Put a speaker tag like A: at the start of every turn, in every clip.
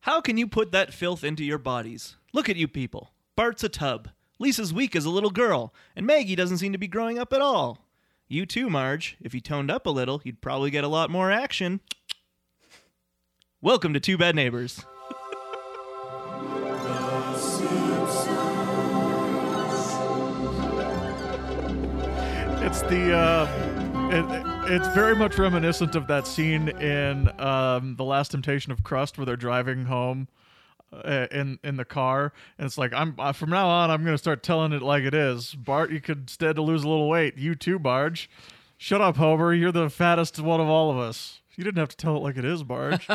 A: How can you put that filth into your bodies? Look at you people. Bart's a tub. Lisa's weak as a little girl. And Maggie doesn't seem to be growing up at all. You too, Marge. If you toned up a little, you'd probably get a lot more action. Welcome to Two Bad Neighbors.
B: It's the uh, it, it's very much reminiscent of that scene in um, the Last Temptation of Crust where they're driving home uh, in in the car, and it's like I'm uh, from now on I'm gonna start telling it like it is. Bart, you could stand to lose a little weight. You too, Barge. Shut up, Homer. You're the fattest one of all of us. You didn't have to tell it like it is, Barge.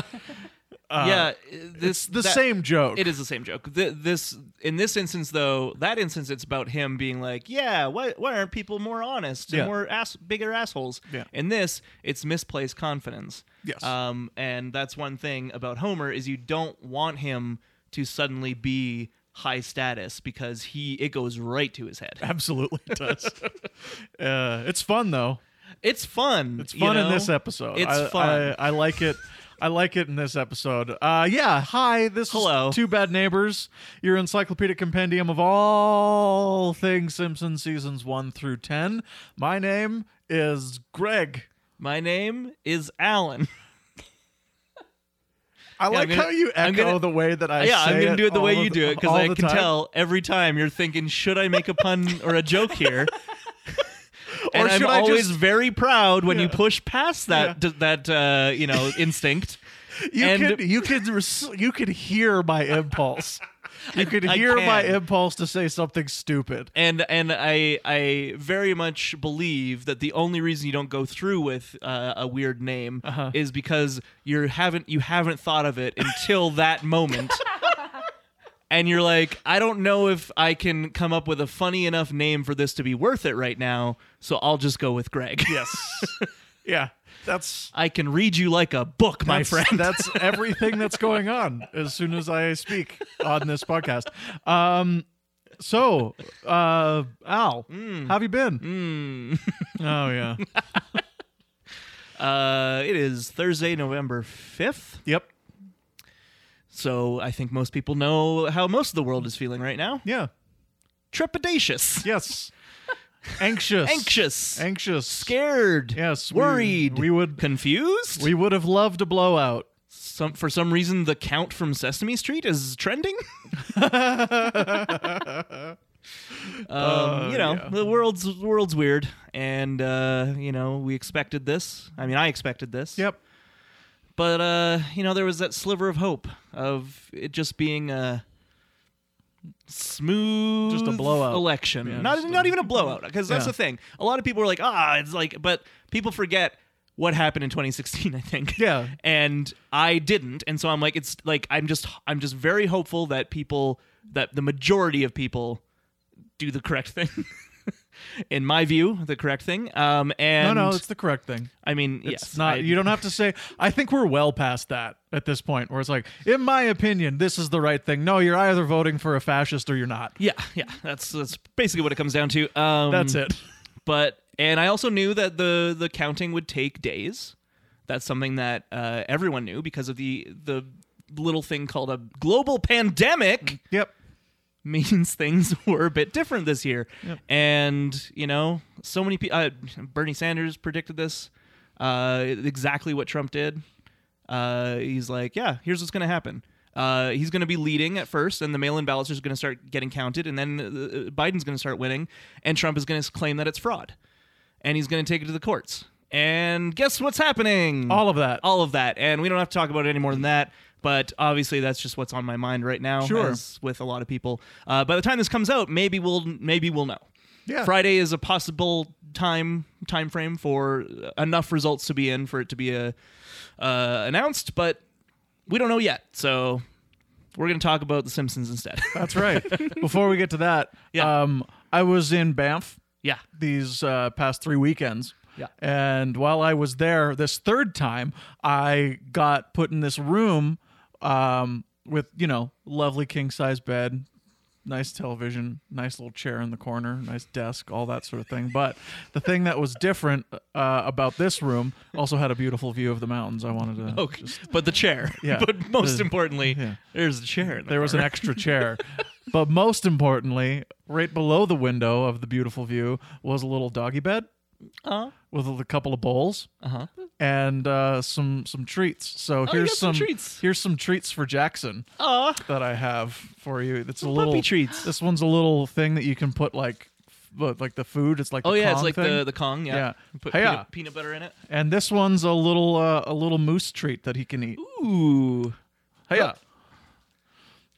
A: yeah, this
B: Uh, it's the
A: that-
B: same joke.
A: It is the same joke. Th- this in this instance though, that instance it's about him being like, yeah, why why aren't people more honest and
B: Yeah.
A: more ass bigger assholes?
B: Yeah.
A: In this, it's misplaced confidence.
B: Yes.
A: Um, and that's one thing about Homer is you don't want him to suddenly be high status because he it goes right to his head.
B: Absolutely does. uh, it's fun though.
A: It's fun.
B: It's
A: you
B: fun in
A: know?
B: this episode.
A: It's
B: I,
A: fun.
B: I, I like it. I like it in this episode. Uh, yeah. Hi. This
A: Hello.
B: is Two Bad Neighbors, your encyclopedic compendium of all things Simpson seasons one through ten. My name is Greg.
A: My name is Alan.
B: I like
A: gonna-
B: how you
A: I'm
B: echo
A: gonna-
B: the way that I.
A: yeah,
B: say
A: I'm gonna do it the
B: all
A: way
B: of
A: you
B: the-
A: do it because
B: all
A: I
B: the
A: can
B: time.
A: tell every time you're thinking, should I make a pun or a joke here? and I'm
B: should I
A: always
B: just-
A: very proud when you
B: Yeah.
A: push past that d- that uh, you know instinct.
B: You
A: and-
B: could you could res- you could hear my impulse. You could
A: I
B: hear my
A: can.
B: impulse to say something stupid.
A: and and I I very much believe that the only reason you don't go through with uh, a weird name
B: Uh-huh.
A: is because you haven't you haven't thought of it until that moment. And you're like, I don't know if I can come up with a funny enough name for this to be worth it right now, so I'll just go with Greg.
B: Yes. yeah. That's
A: I can read you like a book, my
B: that's,
A: friend.
B: that's everything that's going on as soon as I speak on this podcast. Um, so, uh, Al,
A: Mm.
B: how have you been? Oh yeah.
A: Uh, it is Thursday, November 5th.
B: Yep.
A: So I think most people know how most of the world is feeling right now.
B: Yeah.
A: Trepidatious.
B: Yes. Anxious.
A: Anxious.
B: Anxious.
A: Scared.
B: Yes. we-
A: Worried.
B: We, would.
A: confused.
B: We would have loved a blowout.
A: some for some reason the count from Sesame Street is trending. um, you know
B: Uh, yeah.
A: the world's the world's weird, and uh, you know we expected this. I mean, I expected this.
B: Yep.
A: but uh, you know there was that sliver of hope of it just being a smooth
B: Just a blowout.
A: election
B: Yeah,
A: not
B: just a-
A: not even a blowout because that's
B: Yeah.
A: the thing a lot of people were like ah it's like but people forget what happened in 2016 i think
B: Yeah.
A: and i didn't and so i'm like it's like i'm just i'm just very hopeful that people that the majority of people do the correct thing in my view the correct thing um
B: No,
A: and
B: no, it's the correct thing.
A: i mean
B: It's
A: yes,
B: not.
A: I-
B: you don't have to say. I think we're well past that at this point, where it's like, in my opinion, this is the right thing. No, you're either voting for a fascist or you're not.
A: Yeah, yeah, that's that's basically what it comes down to. Um,
B: That's it.
A: But and I also knew that the the counting would take days. That's something that uh, everyone knew because of the the little thing called a global pandemic
B: Yep.
A: means things were a bit different this year. And you know, so many people. Uh, Bernie Sanders predicted this uh, exactly what Trump did. Uh, he's like, yeah, here's what's going to happen. Uh, he's going to be leading at first, and the mail-in ballots are going to start getting counted, and then uh, Biden's going to start winning, and Trump is going to claim that it's fraud, and he's going to take it to the courts. And guess what's happening?
B: All of that.
A: all of that, and we don't have to talk about it any more than that. But obviously, that's just what's on my mind right now.
B: Sure.
A: as with a lot of people. Uh, by the time this comes out, maybe we'll maybe we'll know.
B: Yeah.
A: Friday is a possible time time frame for enough results to be in for it to be a, uh, announced, but we don't know yet. So we're gonna talk about The Simpsons instead.
B: That's right. Before we get to that,
A: Yeah.
B: um, I was in Banff
A: yeah,
B: these uh, past three weekends.
A: Yeah.
B: And while I was there this third time, I got put in this room um, with, you know, lovely king size bed, nice television, nice little chair in the corner, nice desk, all that sort of thing. But the thing that was different uh, about this room also had a beautiful view of the mountains. I wanted to.
A: Okay. but the chair.
B: Yeah.
A: But most
B: The-
A: importantly,
B: yeah.
A: there's the chair. In the
B: There was an
A: corner.
B: extra chair. but most importantly, right below the window of the beautiful view was a little doggy bed
A: Uh-huh.
B: with a couple of bowls
A: Uh-huh. Oh,
B: and uh, some some treats. So
A: you
B: here's
A: got some treats.
B: here's some treats for Jackson
A: Aw.
B: that I have for you. It's a
A: Puppy
B: little
A: treats.
B: This one's a little thing that you can put like f- what, like the food. It's like
A: Oh
B: the
A: yeah, it's
B: Kong
A: like
B: thing.
A: the the Kong. Yeah.
B: Yeah. uh,
A: You Put
B: Hey-ya.
A: peanut, peanut butter in it.
B: and this one's a little uh, a little moose treat that he can eat.
A: Ooh.
B: Hey,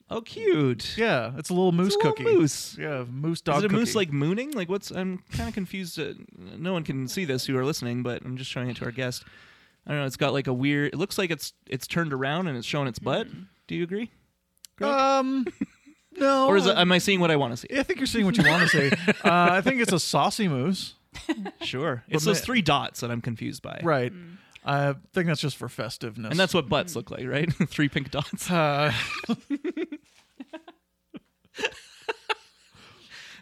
A: Oh, cute.
B: yeah, it's a little moose
A: a little
B: cookie.
A: moose.
B: Yeah, moose dog.
A: Is it a
B: cookie.
A: moose like mooning? Like what's? I'm kind of confused. Uh, no one can see this who are listening, but I'm just showing it to our guest. I don't know. It's got like a weird. It looks like it's it's turned around and it's showing its butt.
B: Hmm.
A: Do you agree?
B: Um, no.
A: Or is it,
B: I,
A: am I seeing what I want to see?
B: I think you're seeing what you want to say. Uh, I think it's a saucy moose,
A: Sure. It's
B: But
A: those
B: ma-
A: three dots that I'm confused by.
B: right? Mm. I think that's just for festiveness.
A: And that's what
B: Hmm.
A: butts look like, right? three pink dots.
B: Uh,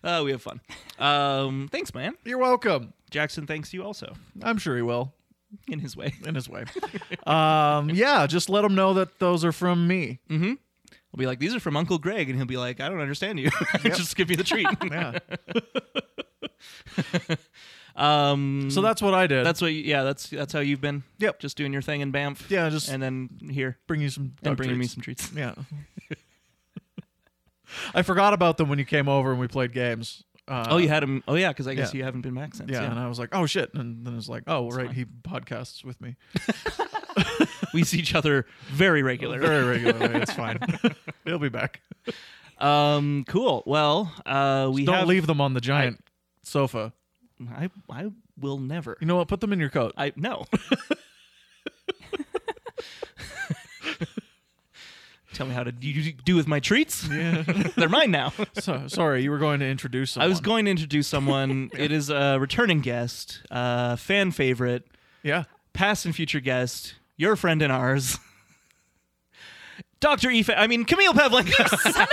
A: Uh, we have fun. Um, thanks, man.
B: you're welcome.
A: Jackson thanks you also
B: I'm sure he will
A: in his way.
B: in his way. Um, yeah, just let him know that those are from me.
A: Mm. I'll be like, these are from Uncle Greg. And he'll be like, I don't understand you. Just give me the treat.
B: Yeah.
A: um,
B: So that's what I did.
A: that's what, you, yeah, that's that's how you've been.
B: Yep.
A: Just doing your thing in Banff.
B: yeah. Just
A: And then here.
B: bring you some.
A: And
B: dog
A: bringing me
B: treats. Uh,
A: some treats.
B: Yeah. I forgot about them when you came over and we played games. Uh,
A: oh, you had him. Oh, yeah, because I guess
B: yeah.
A: you haven't been back since.
B: Yeah,
A: Yeah.
B: and I was like, oh shit, and then it's like, oh right,
A: fine.
B: he podcasts with me
A: we see each other very regularly.
B: very regularly. it's fine. He'll be back.
A: Um, cool. Well, uh, we
B: Don't
A: have,
B: leave them on the giant sofa.
A: I, I will never.
B: You know what? Put them in your coat.
A: I no. Tell me how to do, you do with my treats.
B: Yeah.
A: They're mine now.
B: so, sorry, you were going to
A: I
B: introduce. Someone.
A: was going to introduce someone. It is a returning guest, uh, fan favorite,
B: Yeah.
A: past and future guest, your friend and ours, Doctor Ife. I mean Camille Pavlenko.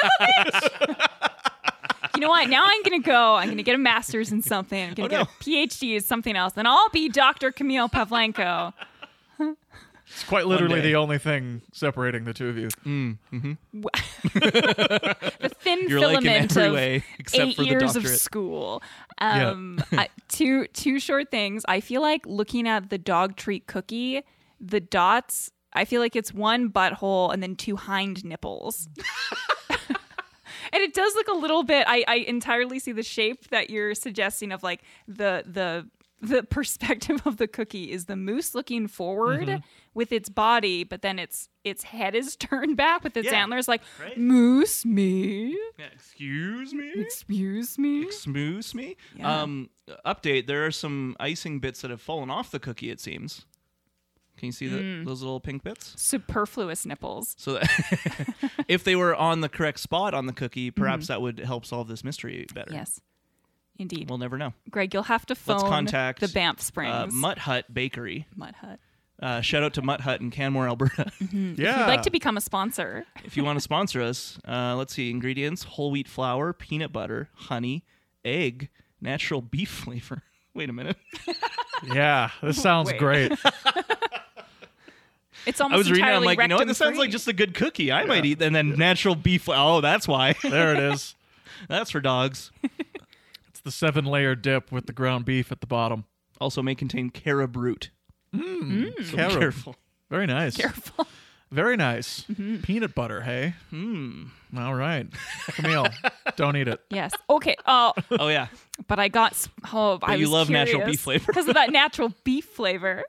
C: You know what? Now I'm going to go. I'm going to get a master's in something. I'm going to
A: Oh,
C: get a PhD in something else. Then I'll be Dr. Camille Pavlenko.
B: It's quite literally
A: day.
B: the only thing separating the two of you.
C: The thin
A: You're like
C: filament
A: in every
C: of
A: way except
C: eight
A: for the
C: years of
A: doctorate.
C: school.
B: Yeah.
C: Um, I- two two short things. I feel like looking at the dog treat cookie, the dots. I feel like it's one butthole and then two hind nipples. And it does look a little bit. I, I entirely see the shape that you're suggesting of like the the the perspective of the cookie is the moose looking forward
A: Mm-hmm.
C: with its body, but then its its head is turned back with its
A: Yeah.
C: antlers like
A: Right. Mm-hmm.
C: moose me.
A: Excuse me.
C: Excuse me.
A: Smooth me.
C: Yeah.
A: Um, update: There are some icing bits that have fallen off the cookie. It seems. Can you see the, those little pink bits?
C: Superfluous nipples.
A: So that if they were on the correct spot on the cookie, perhaps that would help solve this mystery better.
C: Yes. Indeed.
A: We'll never know.
C: Greg, you'll have to phone
A: contact,
C: the Banff
A: Uh,
C: Springs
A: Mutt Hut Bakery.
C: Mud Hut.
A: Uh, shout out to Mutt Hut in Canmore, Alberta.
B: Yeah.
C: I'd like to become a sponsor.
A: if you want to sponsor us, uh, let's see ingredients: whole wheat flour, peanut butter, honey, egg, natural beef flavor. Wait a minute.
B: yeah. This sounds
C: Wait.
B: great.
C: It's almost
A: I was reading it. I'm
C: entirely
A: like, you know what? This sounds
C: rectum-free.
A: like just a good cookie. I might eat. And then natural beef. Oh, that's why.
B: There it is.
A: that's for dogs.
B: It's the seven layer dip with the ground beef at the bottom.
A: Also, may contain carob root. So be
B: Carob.
A: careful.
B: Very nice.
C: Hmm. careful. Mm-hmm.
B: Very nice. Peanut butter, hey? Hmm. All right. Camille, don't eat it.
C: yes. Okay. Oh,
A: Oh yeah.
C: but I got. s- Oh, I
A: But you
C: was
A: love natural beef flavor.
C: because of that natural beef flavor.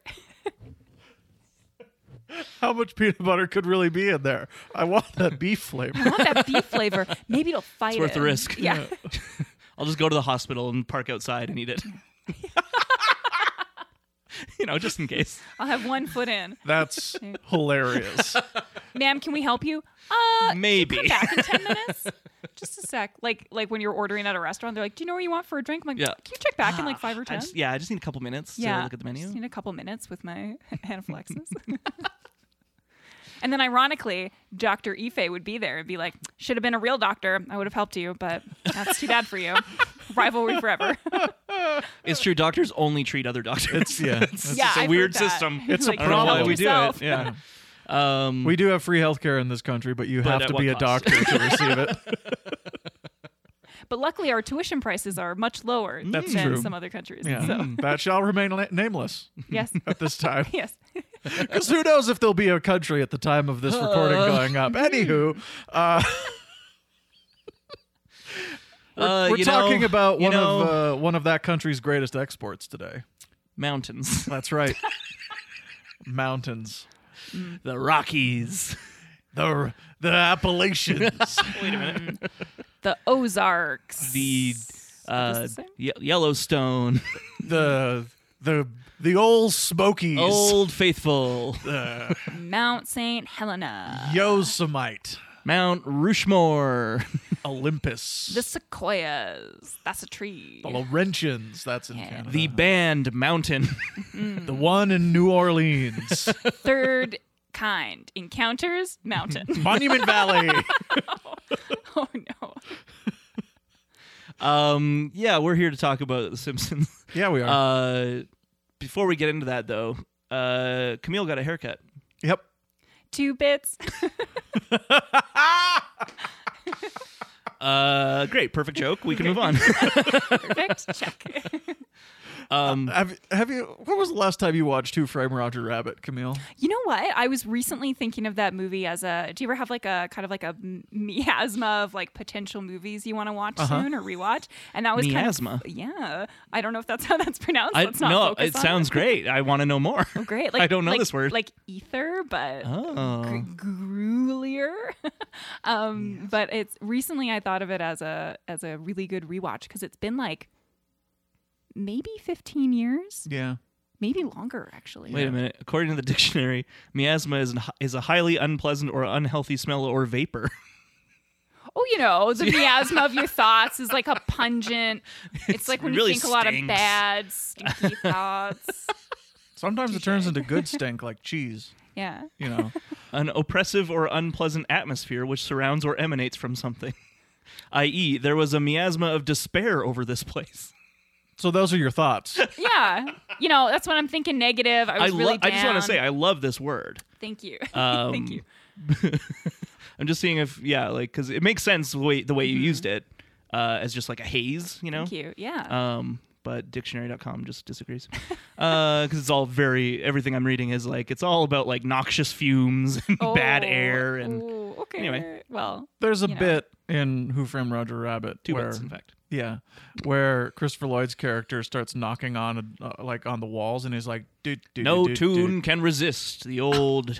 B: How much peanut butter could really be in there? I want that beef flavor.
C: I want that beef flavor. Maybe it'll fight.
A: worth
C: it.
A: the risk.
C: Yeah.
A: I'll just go to the hospital and park outside and eat it. you know, just in case.
C: I'll have one foot in.
B: That's hilarious.
C: Ma'am, can we help you? Uh,
A: Maybe.
C: come back in 10 minutes just a sec like like when you're ordering at a restaurant they're like do you know what you want for a drink i'm like
A: Yeah. Ah,
C: can you check back in like five or
A: I
C: ten
A: just- yeah, I just need a couple minutes
C: yeah
A: to look at the menu.
C: just need a couple minutes with my anaphylaxis And then ironically, Dr. Ife would be there and be like, should have been a real doctor. I would have helped you, but that's too bad for you. Rivalry forever.
A: It's true. Doctors only treat other doctors.
B: It's- yeah, it's-
C: yeah,
A: it's a
C: I've
A: weird
C: heard that.
A: system.
B: It's a
C: Like,
A: I don't know why
B: problem.
A: we do
C: yourself.
A: it. Yeah. Um,
B: We do have free healthcare in this country, but you have
A: at
B: to
A: what
B: be a
A: cost?
B: doctor to receive it.
C: But luckily, our tuition prices are much lower
B: That's
C: than
B: true.
C: some other countries.
B: Yeah.
C: So,
B: That shall remain la- nameless
C: yes.
B: at this time.
C: Yes.
B: Because who knows if there'll be a country at the time of this recording
A: Uh.
B: going up. Anywho, uh,
A: uh,
B: we're
A: you know-
B: talking about
A: you
B: one
A: know,
B: of uh, one of that country's greatest exports today.
A: mountains,
B: That's right. Mountains.
A: the Rockies.
B: The the Appalachians.
A: Wait a minute.
C: The Ozarks.
A: The uh,
C: Is this the same?
A: Ye- Yellowstone,
B: the the the old Smokies.
A: Old Faithful,
B: The
C: Mount St. Helena.
B: Yosemite.
A: Mount Rushmore.
B: Olympus.
C: The sequoias. That's a tree.
B: the Laurentians. That's in
C: Yeah.
B: Canada.
A: The band Mountain. Hmm.
B: the one in New Orleans.
C: Third kind. Encounters. Mountain.
B: Monument Valley.
C: oh, no.
A: Um, yeah, we're here to talk about The Simpsons.
B: Yeah, we are.
A: Uh, before we get into that, though, uh, Camille got a haircut.
B: yep.
C: Two bits.
A: Uh, great, perfect joke. We can move on.
C: Perfect. Check.
A: Um,
B: Have, have you? When was the last time you watched Two Frame Roger Rabbit, Camille?
C: You know what? I was recently thinking of that movie as a. Do you ever have like a kind of like a m- miasma of like potential movies you want to watch soon or rewatch? And that was
A: Uh-huh. Miasma?
C: Kind of, yeah, I don't know if that's how that's pronounced.
A: I,
C: Let's not
A: no,
C: focus
A: it
C: on
A: sounds great. I want to know more.
C: Oh, great.
A: I don't know
C: like-
A: this word.
C: Like ether, but
A: Oh.
C: gr- gruelier. um, But it's recently I thought of it as a as a really good rewatch because it's been like maybe 15 years,
B: Yeah.
C: maybe longer actually.
A: Wait a minute. According to the dictionary, miasma is an, is a highly unpleasant or unhealthy smell or vapor.
C: Oh, you know, the miasma of your thoughts is like a pungent. It's, like when
A: really
C: you think a lot of
A: stinks.
C: bad, stinky thoughts.
B: Sometimes it turns into good stink, like cheese.
C: Yeah.
B: You know.
A: An oppressive or unpleasant atmosphere which surrounds or emanates from something. I.e., there was a miasma of despair over this place.
B: So those are your thoughts.
C: Yeah. You know, that's when I'm thinking negative. I was
A: lo-
C: really
A: I just want to
C: down.
A: say I love this word.
C: Thank you.
A: Um,
C: Thank you.
A: I'm just seeing if yeah, like because it makes sense the way the way
C: Mm-hmm.
A: you used it uh, as just like a haze, you know.
C: Thank you. Yeah.
A: Um, but dictionary.com just disagrees because it's all very everything I'm reading is like it's all about like noxious fumes and bad
C: Oh,
A: air and
C: ooh, okay.
A: anyway.
C: Well,
B: There's a
C: You know.
B: bit in Who Framed Roger Rabbit
A: two
B: where,
A: bits in fact.
B: yeah, where Christopher Lloyd's character starts knocking on uh, like on the walls, and he's like, "Dude, dude,
A: No tune can resist the old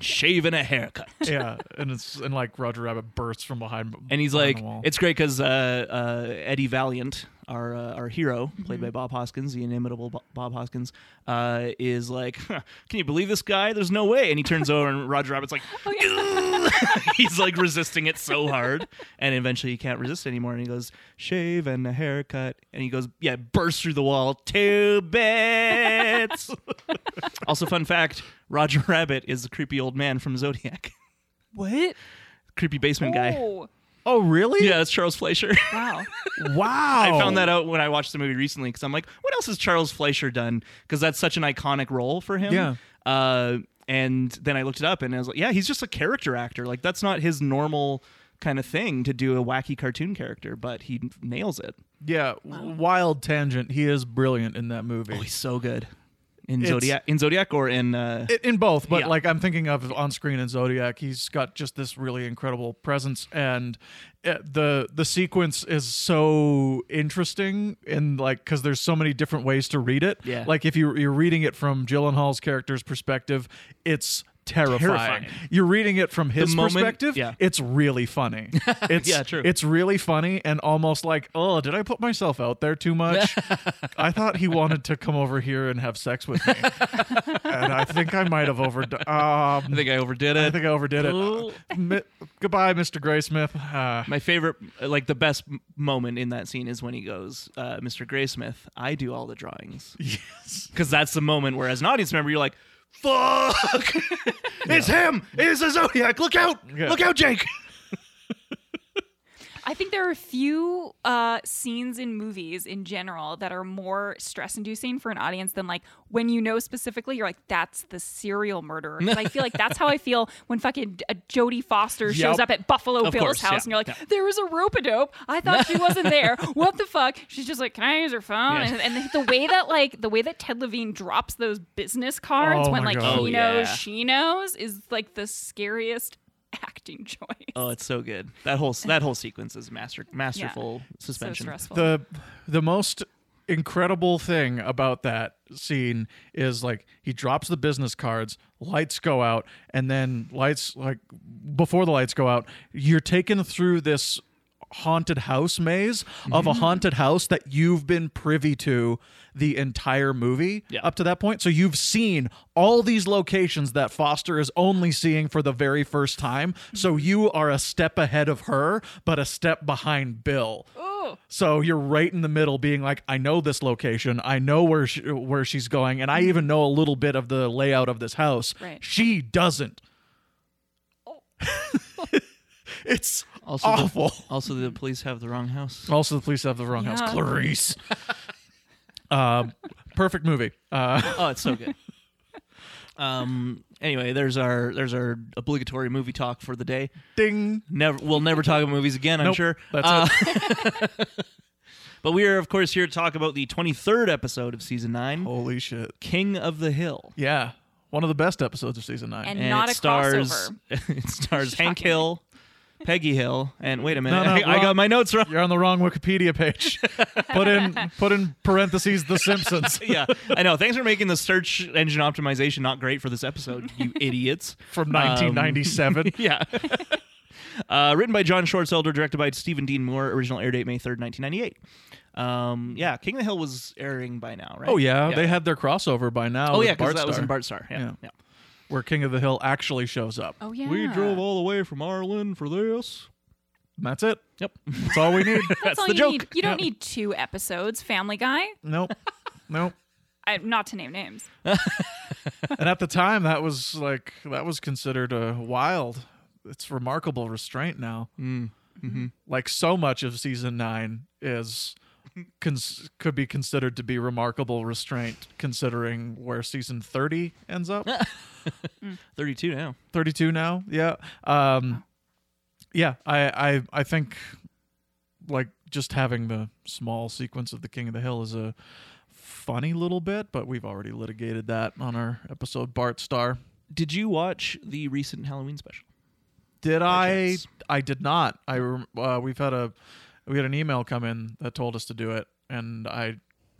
A: shave and a haircut.
B: Yeah, and it's and like Roger Rabbit bursts from behind,
A: And he's
B: behind
A: like,
B: the wall.
A: it's great because uh, uh, Eddie Valiant, our uh, our hero, played by Bob Hoskins, the inimitable Bo- Bob Hoskins, uh, is like, "Huh, can you believe this guy? There's no way. And he turns over, and Roger Rabbit's like,
C: oh, yeah.
A: he's like resisting it so hard, and eventually he can't resist anymore, and he goes, shave and a haircut, and he goes, yeah, burst through the wall, two bits. also, fun fact: Roger Rabbit is the creepy old man from Zodiac,
C: what?
A: creepy basement guy.
C: Oh,
B: oh really?
A: Yeah, that's Charles Fleischer.
C: wow.
B: Wow.
A: I found that out when I watched the movie recently because I'm like, what else has Charles Fleischer done? Because that's such an iconic role for him.
B: Yeah.
A: Uh, and then I looked it up and I was like, yeah, he's just a character actor. Like that's not his normal kind of thing to do a wacky cartoon character, but he nails it.
B: Yeah, w- wild tangent. He is brilliant in that movie.
A: Oh, he's so good in
B: It's-
A: Zodiac. In Zodiac or in uh,
B: I- in both, but
A: Yeah.
B: like I'm thinking of on screen in Zodiac, he's got just this really incredible presence, and uh the the sequence is so interesting, and like because there's so many different ways to read it.
A: Yeah.
B: like if you you're reading it from Gyllenhaal's character's perspective, it's terrifying.
A: Terrifying.
B: You're reading it from his
A: moment-
B: perspective.
A: yeah.
B: it's really funny. It's
A: Yeah, true.
B: It's really funny and almost like, oh, did I put myself out there too much? I thought he wanted to come over here and have sex with me and I think I might have overdone.
A: I
B: Um,
A: think I overdid
B: I
A: it.
B: think I overdid it.
A: Cool.
B: Uh, mi- goodbye, Mr. Graysmith. Uh,
A: my favorite, like the best m- moment in that scene is when he goes, uh, "Mr. Graysmith, I do all the drawings."
B: yes.
A: because that's the moment where as an audience member you're like fuck, it's him. It's a Zodiac. Look out.
B: Yeah.
A: Look out, Jake.
C: I think there are a few uh, scenes in movies in general that are more stress inducing for an audience than like when you know specifically, you're like, that's the serial murderer. 'Cause I feel like that's how I feel when fucking uh, Jodie Foster shows
A: Yep.
C: up at Buffalo
A: Of
C: Bill's
A: course,
C: house
A: yeah,
C: and you're like,
A: yeah.
C: there was a rope a dope. I thought she wasn't there. What the fuck? She's just like, can I use her phone?
A: Yeah.
C: And, and the way that like, the way that Ted Levine drops those business cards
B: Oh
C: when
B: my
C: like
B: God.
C: he
A: Oh,
C: knows,
A: yeah.
C: she knows is like the scariest acting choice.
A: Oh, it's so good. That whole that whole sequence is master masterful
C: so
A: suspension.
C: stressful.
B: the the most incredible thing about that scene is like he drops the business cards lights go out and then lights like before the lights go out you're taken through this haunted house maze of
A: Mm-hmm.
B: a haunted house that you've been privy to the entire movie
A: Yeah.
B: up to that point so you've seen all these locations that Foster is only seeing for the very first time so you are a step ahead of her but a step behind Bill
C: Ooh.
B: so you're right in the middle, being like, "I know this location. I know where she, where she's going, and I even know a little bit of the layout of this house."
C: Right.
B: She doesn't. Oh. it's
A: Also the-
B: awful.
A: Also, the police have the wrong house.
B: also, the police have the wrong house.
C: Yeah.
B: Clarice. um, perfect movie. Uh,
A: Oh, it's so good. um. Anyway, there's our there's our obligatory movie talk for the day.
B: ding.
A: Never, we'll never talk about movies again. I'm
B: Nope,
A: sure.
B: that's
A: Uh, but we are, of course, here to talk about the 23rd episode of season nine,
B: Holy shit.
A: King of the Hill.
B: Yeah, one of the best episodes of season nine.
C: And
A: And
C: not
A: it
C: a
A: stars.
C: crossover.
A: it stars Hank Hill, Peggy Hill, and wait a minute,
B: No, no,
A: I, I got
B: wrong.
A: my notes wrong.
B: You're on the wrong Wikipedia page. put in put in parentheses The Simpsons
A: yeah, I know. Thanks for making the search engine optimization not great for this episode, you idiots.
B: from
A: Um,
B: 1997.
A: yeah. Uh, written by John Schwartzelder, directed by Stephen Dean Moore, original air date May 3rd, 1998. Um, yeah, King of the Hill was airing by now, right?
B: Oh yeah, they had their crossover by now.
A: Oh
B: with
A: yeah, because
B: Bart
A: that was
B: Star,
A: in Bart Star. Yeah, yeah.
B: Yeah. where King of the Hill actually shows up.
C: Oh yeah.
B: all the way from Ireland for this. And that's it.
A: Yep.
B: That's all we need.
C: That's, all
A: the
C: you
A: joke.
C: need. You don't
B: Yeah.
C: need two episodes. Family Guy,
B: nope. Nope.
C: I, not to name names.
B: And at the time, that was like that was considered a wild. It's remarkable restraint now. Like so much of season nine is. Cons- could be considered to be remarkable restraint considering where season 30 ends up
A: 32 now.
B: 32 now yeah um yeah i i i think like just having the small sequence of the king of the hill is a funny little bit but we've already litigated that on our episode bart star
A: Did you watch the recent Halloween special?
B: did i
A: chance.
B: i did not i rem- uh, we've had a we had an email come in that told us to do it and i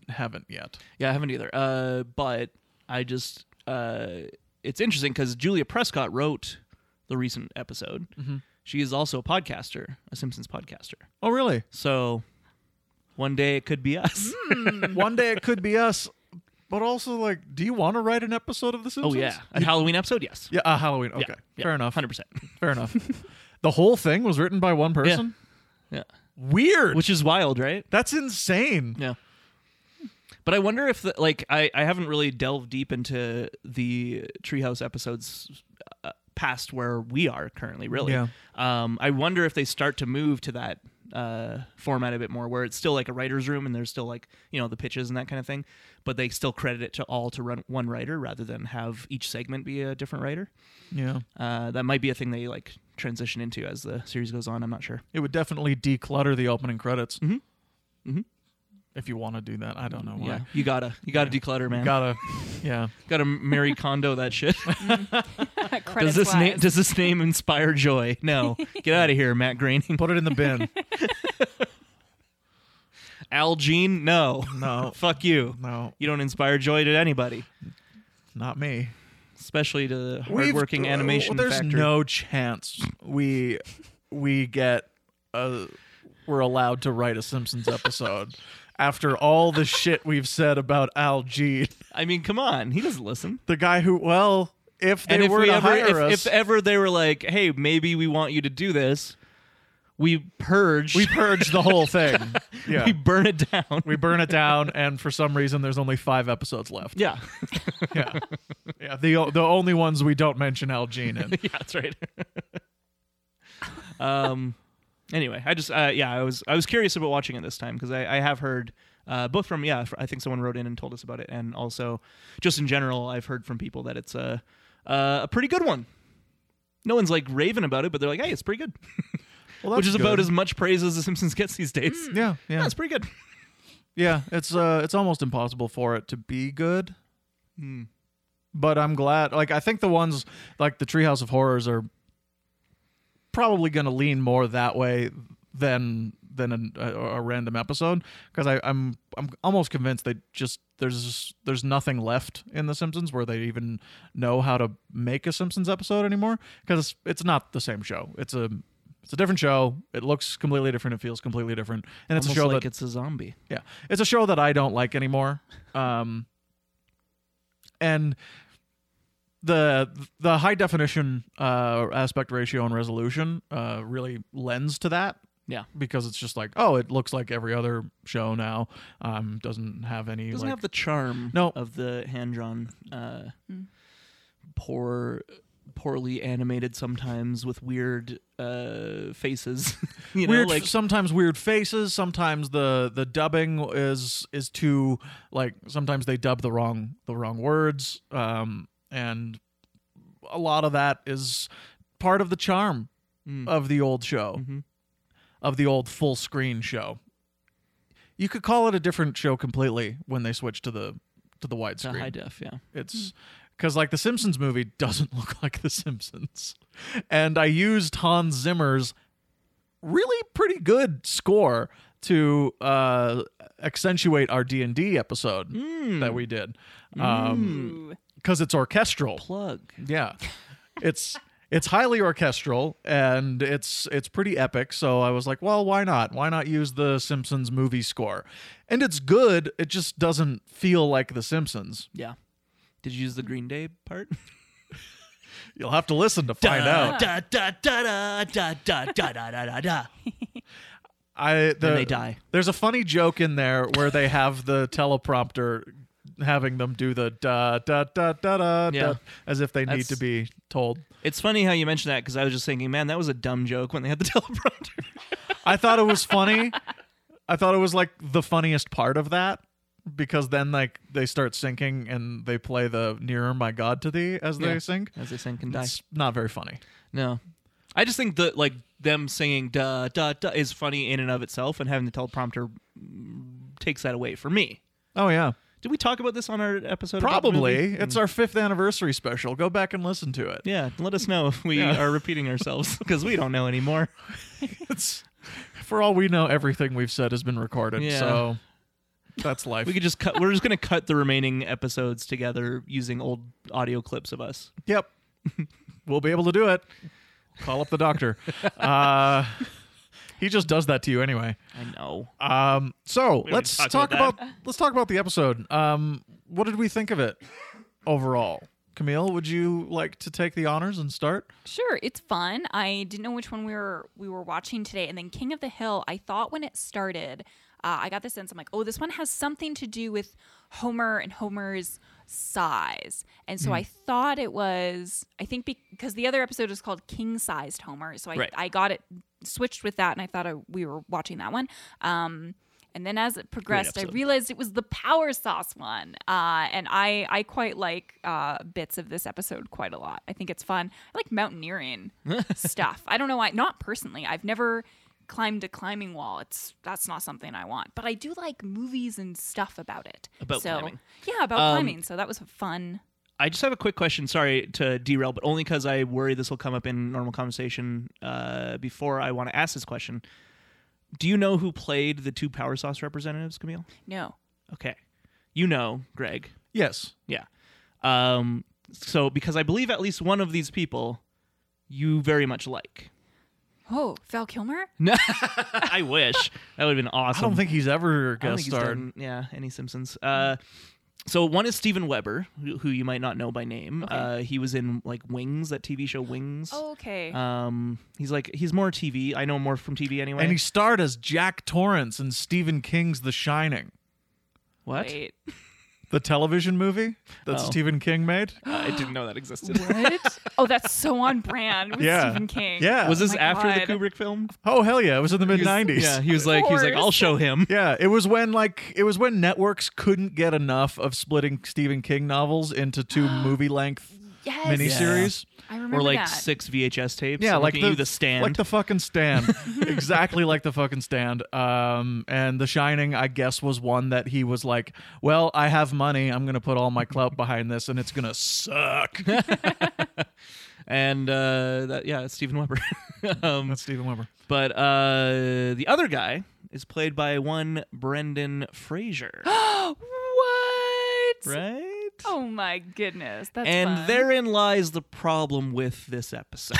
B: haven't yet
A: Yeah, I haven't either. Uh, but I just uh, it's interesting because Julia Prescott wrote the recent episode. She is also a podcaster, a Simpsons podcaster.
B: oh really
A: So one day it could be us.
B: one day it could be us but also like do you want to write an episode of the simpsons
A: oh yeah, a Halloween episode. Yes.
B: yeah uh, halloween okay
A: Yeah,
B: fair enough
A: Hundred percent.
B: Fair enough. the whole thing was written by one person.
A: Yeah.
B: Weird.
A: Which is wild, right?
B: That's insane.
A: Yeah. But I wonder if, the, like, I, I haven't really delved deep into the Treehouse episodes uh, past where we are currently, really.
B: Yeah.
A: Um, I wonder if they start to move to that uh, format a bit more, where it's still like a writer's room and there's still, like, you know, the pitches and that kind of thing, but they still credit it to all to run one writer rather than have each segment be a different writer.
B: Yeah.
A: Uh, that might be a thing they, like, transition into as the series goes on. I'm not sure.
B: It would definitely declutter the opening credits.
A: Mhm. Mhm.
B: If you want to do that, I don't know why.
A: Yeah. You gotta, you gotta declutter, man.
B: Gotta, yeah.
A: gotta marry Kondo that shit.
C: Credits
A: Does this name
C: wise.
A: does this name inspire joy? No, get out of here, Matt Groening.
B: Put it in the bin.
A: Al Jean, no,
B: No.
A: fuck you.
B: No,
A: You don't inspire joy to anybody,
B: not me.
A: especially to the
B: We've-
A: hardworking
B: uh,
A: animation
B: There's
A: factory.
B: no chance we we get uh we're allowed to write a Simpsons episode after all the shit we've said about Al Jean.
A: I mean, come on, he doesn't listen.
B: the guy who well if they
A: and if
B: were
A: we
B: to
A: ever,
B: hire
A: if,
B: us
A: if ever they were like, hey, maybe we want you to do this, we purge,
B: We purge the whole thing. Yeah.
A: we burn it down.
B: we burn it down, and for some reason, there's only five episodes left.
A: yeah,
B: Yeah, yeah. The o- the only ones we don't mention Al Jean in.
A: yeah, that's right. um, anyway, I just uh, yeah, I was I was curious about watching it this time because I, I have heard uh, both from yeah, fr- I think someone wrote in and told us about it, and also just in general, I've heard from people that it's a uh, a pretty good one. No one's like raving about it, but they're like, hey, it's pretty good,
B: Well,
A: which is
B: that's
A: about
B: good. Mm.
A: as much praise as The Simpsons gets these days.
B: yeah,
A: Yeah,
B: yeah,
A: it's pretty good.
B: yeah. It's uh, it's almost impossible for it to be good.
A: Hmm.
B: But I'm glad. Like, I think the ones like the Treehouse of Horrors are probably going to lean more that way than than an, a, a random episode because I'm I'm almost convinced they just there's there's nothing left in the Simpsons where they even know how to make a Simpsons episode anymore because it's not the same show. It's a it's a different show. It looks completely different. It feels completely different. And it's
A: Almost
B: a show
A: like
B: that
A: it's a zombie.
B: yeah, it's a show that I don't like anymore. Um, and the the high definition uh, aspect ratio and resolution uh, really lends to that
A: Yeah,
B: because it's just like, oh, it looks like every other show now. Um, doesn't have any
A: doesn't
B: like,
A: have the charm
B: No.
A: of the hand drawn, uh, poor, poorly animated sometimes with weird uh, faces. you
B: weird,
A: know, like
B: sometimes weird faces. Sometimes the the dubbing is is too like. Sometimes they dub the wrong the wrong words, um, and a lot of that is part of the charm
A: Mm.
B: of the old show,
A: Mm-hmm.
B: of the old full screen show. You could call it a different show completely when they switch to the to
A: to
B: the widescreen.
A: uh, high def. Yeah,
B: It's because like the Simpsons movie doesn't look like the Simpsons, and I used Hans Zimmer's really pretty good score to uh, accentuate our D and D episode that we did because
C: Ooh.
B: it's orchestral.
A: plug.
B: Yeah, it's it's highly orchestral and it's it's pretty epic. So I was like, well, why not? Why not use the Simpsons movie score? And it's good. It just doesn't feel like the Simpsons.
A: Yeah. Did you use the Green Day part?
B: You'll have to listen to find out.
A: Da da da da da da da da da da. da.
B: I the,
A: they die.
B: There's a funny joke in there where they have the teleprompter having them do the da da da da da
A: Yeah.
B: da as if they need
A: That's-
B: to be told.
A: It's funny how you mentioned that because I was just thinking, man, that was a dumb joke when they had the teleprompter.
B: I thought it was funny. I thought it was like the funniest part of that because then like they start sinking and they play the nearer my god to thee as
A: Yeah.
B: they sink.
A: As they sink and die.
B: It's not very funny.
A: No. I just think that like them singing da da da is funny in and of itself and having the teleprompter mm, takes that away for me.
B: Oh yeah.
A: Did we talk about this on our episode? about the movie? Mm.
B: Probably. It's our 5th anniversary special. Go back and listen to it.
A: Yeah, let us know if we
B: Yeah.
A: are repeating ourselves because we don't know anymore.
B: It's for all we know, everything we've said has been recorded.
A: Yeah.
B: So that's life.
A: We could just cut. We're just gonna cut the remaining episodes together using old audio clips of us.
B: yep, we'll be able to do it. Call up the doctor. uh, he just does that to you anyway.
A: I know.
B: Um, so
A: don't
B: let's
A: need to
B: talk,
A: talk about
B: about, let's talk about the episode. Um, what did we think of it overall? Camille, would you like to take the honors and start?
C: Sure, it's fun. I didn't know which one we were we were watching today, and then King of the Hill. I thought when it started, uh, I got the sense I'm like, oh, this one has something to do with Homer and Homer's size, and
A: Hmm.
C: so I thought it was. I think because the other episode was called King Sized Homer, so I
A: Right.
C: I got it switched with that, and I thought I, we were watching that one. Um, and then as it progressed, I
A: episode.
C: realized it was the Power Sauce one, uh, and I I quite like uh, bits of this episode quite a lot. I think it's fun. I like mountaineering stuff. I don't know why. Not personally, I've never climbed a climbing wall. It's that's not something I want, but I do like movies and stuff about it.
A: About
C: so,
A: climbing.
C: Yeah, about
A: Um,
C: climbing. So that was fun.
A: I just have a quick question. Sorry to derail, but only because I worry this will come up in normal conversation. Uh, before I want to ask this question, do you know who played the two Power Sauce representatives, Camille?
C: No,
A: Okay, you know, Greg.
B: Yes.
A: Yeah. Um, so because I believe at least one of these people you very much like.
C: oh Val Kilmer.
A: I wish that would have been awesome.
B: I don't think he's ever
A: I don't
B: guest
A: think he's
B: starred.
A: done, yeah, any Simpsons. Uh, so one is Steven Weber, who who you might not know by name.
C: Okay.
A: Uh, he was in like Wings, that TV show Wings.
C: Oh, okay.
A: Um, he's like he's more TV. I know him more from TV anyway.
B: And he starred as Jack Torrance in Stephen King's The Shining,
A: what?
C: Wait.
B: the television movie that
A: Oh.
B: Stephen King made.
A: I didn't know that existed.
C: What? oh, that's so on brand with
B: Yeah.
C: Stephen King.
B: Yeah.
A: was this
C: Oh my
A: after the
C: God.
A: Kubrick film?
B: Oh hell yeah! It was in the mid '90s.
A: Yeah, he was like he was like
C: course.
A: I'll show him.
B: Yeah, it was when like it was when networks couldn't get enough of splitting Stephen King novels into two movie length
C: Yes.
B: miniseries.
C: I remember
A: Or like
C: that.
A: six VHS tapes.
B: Yeah,
A: I'm
B: like
A: looking at
B: the,
A: you, the stand.
B: like the fucking stand, exactly like the fucking stand. Um, and The Shining, I guess, was one that he was like, "Well, I have money. I'm gonna put all my clout behind this, and it's gonna suck."
A: and uh, that, yeah, it's Stephen Weber. um,
B: That's Stephen Weber.
A: but uh, the other guy is played by one Brendan Fraser,
C: what?
A: right?
C: Oh my goodness. That's
A: and
C: fun.
A: therein lies the problem with this episode.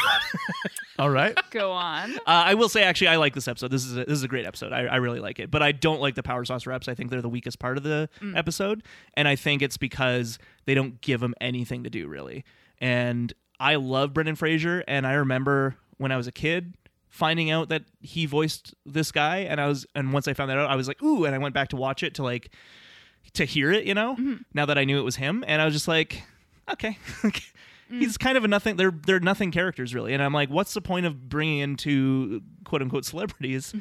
B: All right.
C: Go on.
A: Uh, I will say, actually, I like this episode. This is a, this is a great episode. I, I really like it, but I don't like the power sauce reps. I think they're the weakest part of the episode, and I think it's because they don't give them anything to do really. And I love Brendan Fraser, and I remember when I was a kid finding out that he voiced this guy, and I was, and once I found that out, I was like, ooh, and I went back to watch it to like to hear it, you know. Now that I knew it was him, and I was just like, okay, he's kind of a nothing. They're they're nothing characters really, and I'm like, what's the point of bringing in two quote unquote celebrities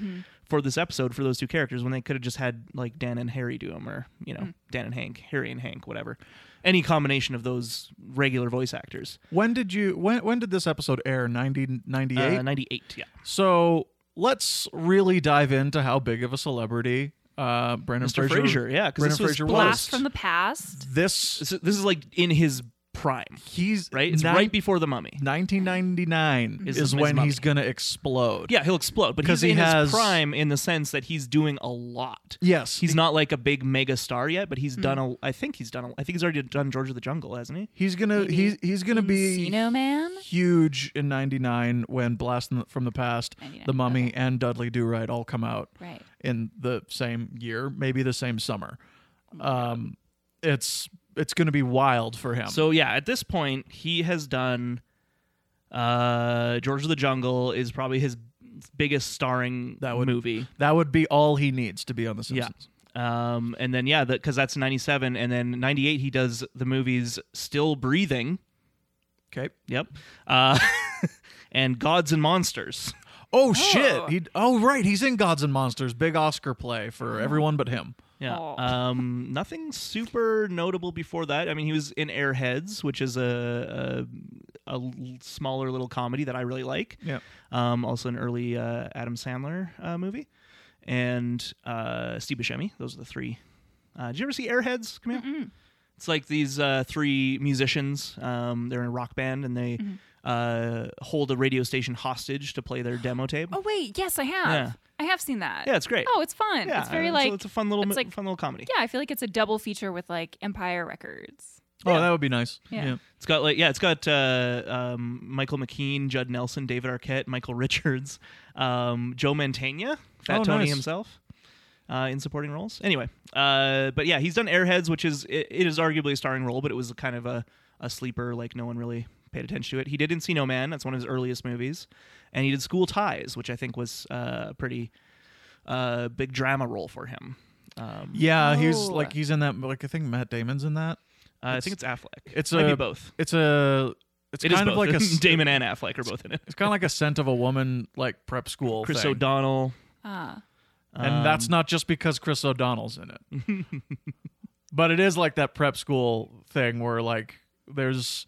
A: for this episode for those two characters when they could have just had like Dan and Harry do them, or you know, Dan and Hank, Harry and Hank, whatever, any combination of those regular voice actors.
B: When did you when when did this episode air? 90, 98?
A: Uh, Ninety eight, yeah.
B: so let's really dive into how big of a celebrity uh, Brendan
A: Mr.
B: Fraser,
A: Fraser, yeah, because
B: Brendan
A: this was
B: Fraser
C: Blast
B: was.
C: from the past.
B: this
A: This, this is like in his prime,
B: he's
A: right? It's
B: nine-
A: right before the Mummy.
B: 1999
A: Is
B: is,
A: his
B: when
A: mummy.
B: he's gonna explode.
A: Yeah, he'll explode, but
B: 'Cause
A: he's in
B: he
A: his
B: has-
A: prime in the sense that he's doing a lot.
B: Yes,
A: He's not like a big mega star yet, but
B: Hmm.
A: he's done a. I think he's done. A, I think he's already done George of the Jungle, hasn't he?
B: he's gonna he's he's gonna be
C: Casino Man.
B: huge in 99 when blast from the- from the past
C: 99,
B: the mummy and dudley do right all come out
C: Right.
B: in the same year maybe the same summer
A: Oh
B: um it's it's gonna be wild for him
A: So yeah, at this point, he has done. Uh, George of the Jungle is probably his biggest starring
B: That would-
A: movie.
B: that would be all he needs to be on the
A: Yeah.
B: simpsons
A: Um, and then yeah, because that's ninety seven, and then ninety eight, he does the movies Still Breathing.
B: okay
A: Yep. Uh, and Gods and Monsters.
B: oh, shit he oh right he's in gods and monsters big oscar play for everyone but him
A: Yeah.
C: Oh.
A: Um, nothing super notable before that. I mean, he was in Airheads, which is a a, a l- smaller little comedy that I really like.
B: yeah
A: Um, also an early uh, Adam Sandler uh, movie, and uh, Steve Buscemi. Those are the three. Uh, did you ever see Airheads? Come here. It's like these uh, three musicians. Um, they're in a rock band, and they
C: Mm-hmm.
A: uh, hold a radio station hostage to play their demo tape.
C: Oh wait, yes, I have.
A: Yeah.
C: I have seen that.
A: Yeah, it's great.
C: Oh, it's fun.
A: yeah,
C: it's very
A: so
C: like.
A: it's a fun little
C: it's
A: mo-
C: like-
A: fun little comedy.
C: yeah, I feel like it's a double feature with like Empire Records.
B: oh that would be nice
C: Yeah.
B: yeah.
A: It's got like yeah, it's got uh, um, Michael McKean, Judd Nelson, David Arquette, Michael Richards, um, Joe Mantegna, Fat
B: Oh,
A: Tony
B: nice.
A: himself, uh, in supporting roles. Anyway, uh, but yeah, he's done Airheads, which is it, it is arguably a starring role, but it was a kind of a, a sleeper, like no one really paid attention to it. He did Encino Man, that's one of his earliest movies, and he did School Ties, which I think was uh, a pretty uh, big drama role for him. Um,
B: Yeah, he's
C: Oh.
B: like he's in that. Like I think Matt Damon's in that.
A: I
B: It's-
A: think it's Affleck.
B: it's
A: Might be
B: a-
A: both.
B: It's a. It's
A: It is
B: kind of
A: both.
B: like a.
A: Damon and Affleck are both in it.
B: It's kind of like a scent of a woman like prep school.
A: Chris Um,
B: thing.
A: O'Donnell.
C: Ah,
B: and that's not just because Chris O'Donnell's in it. but it is like that prep school thing where like there's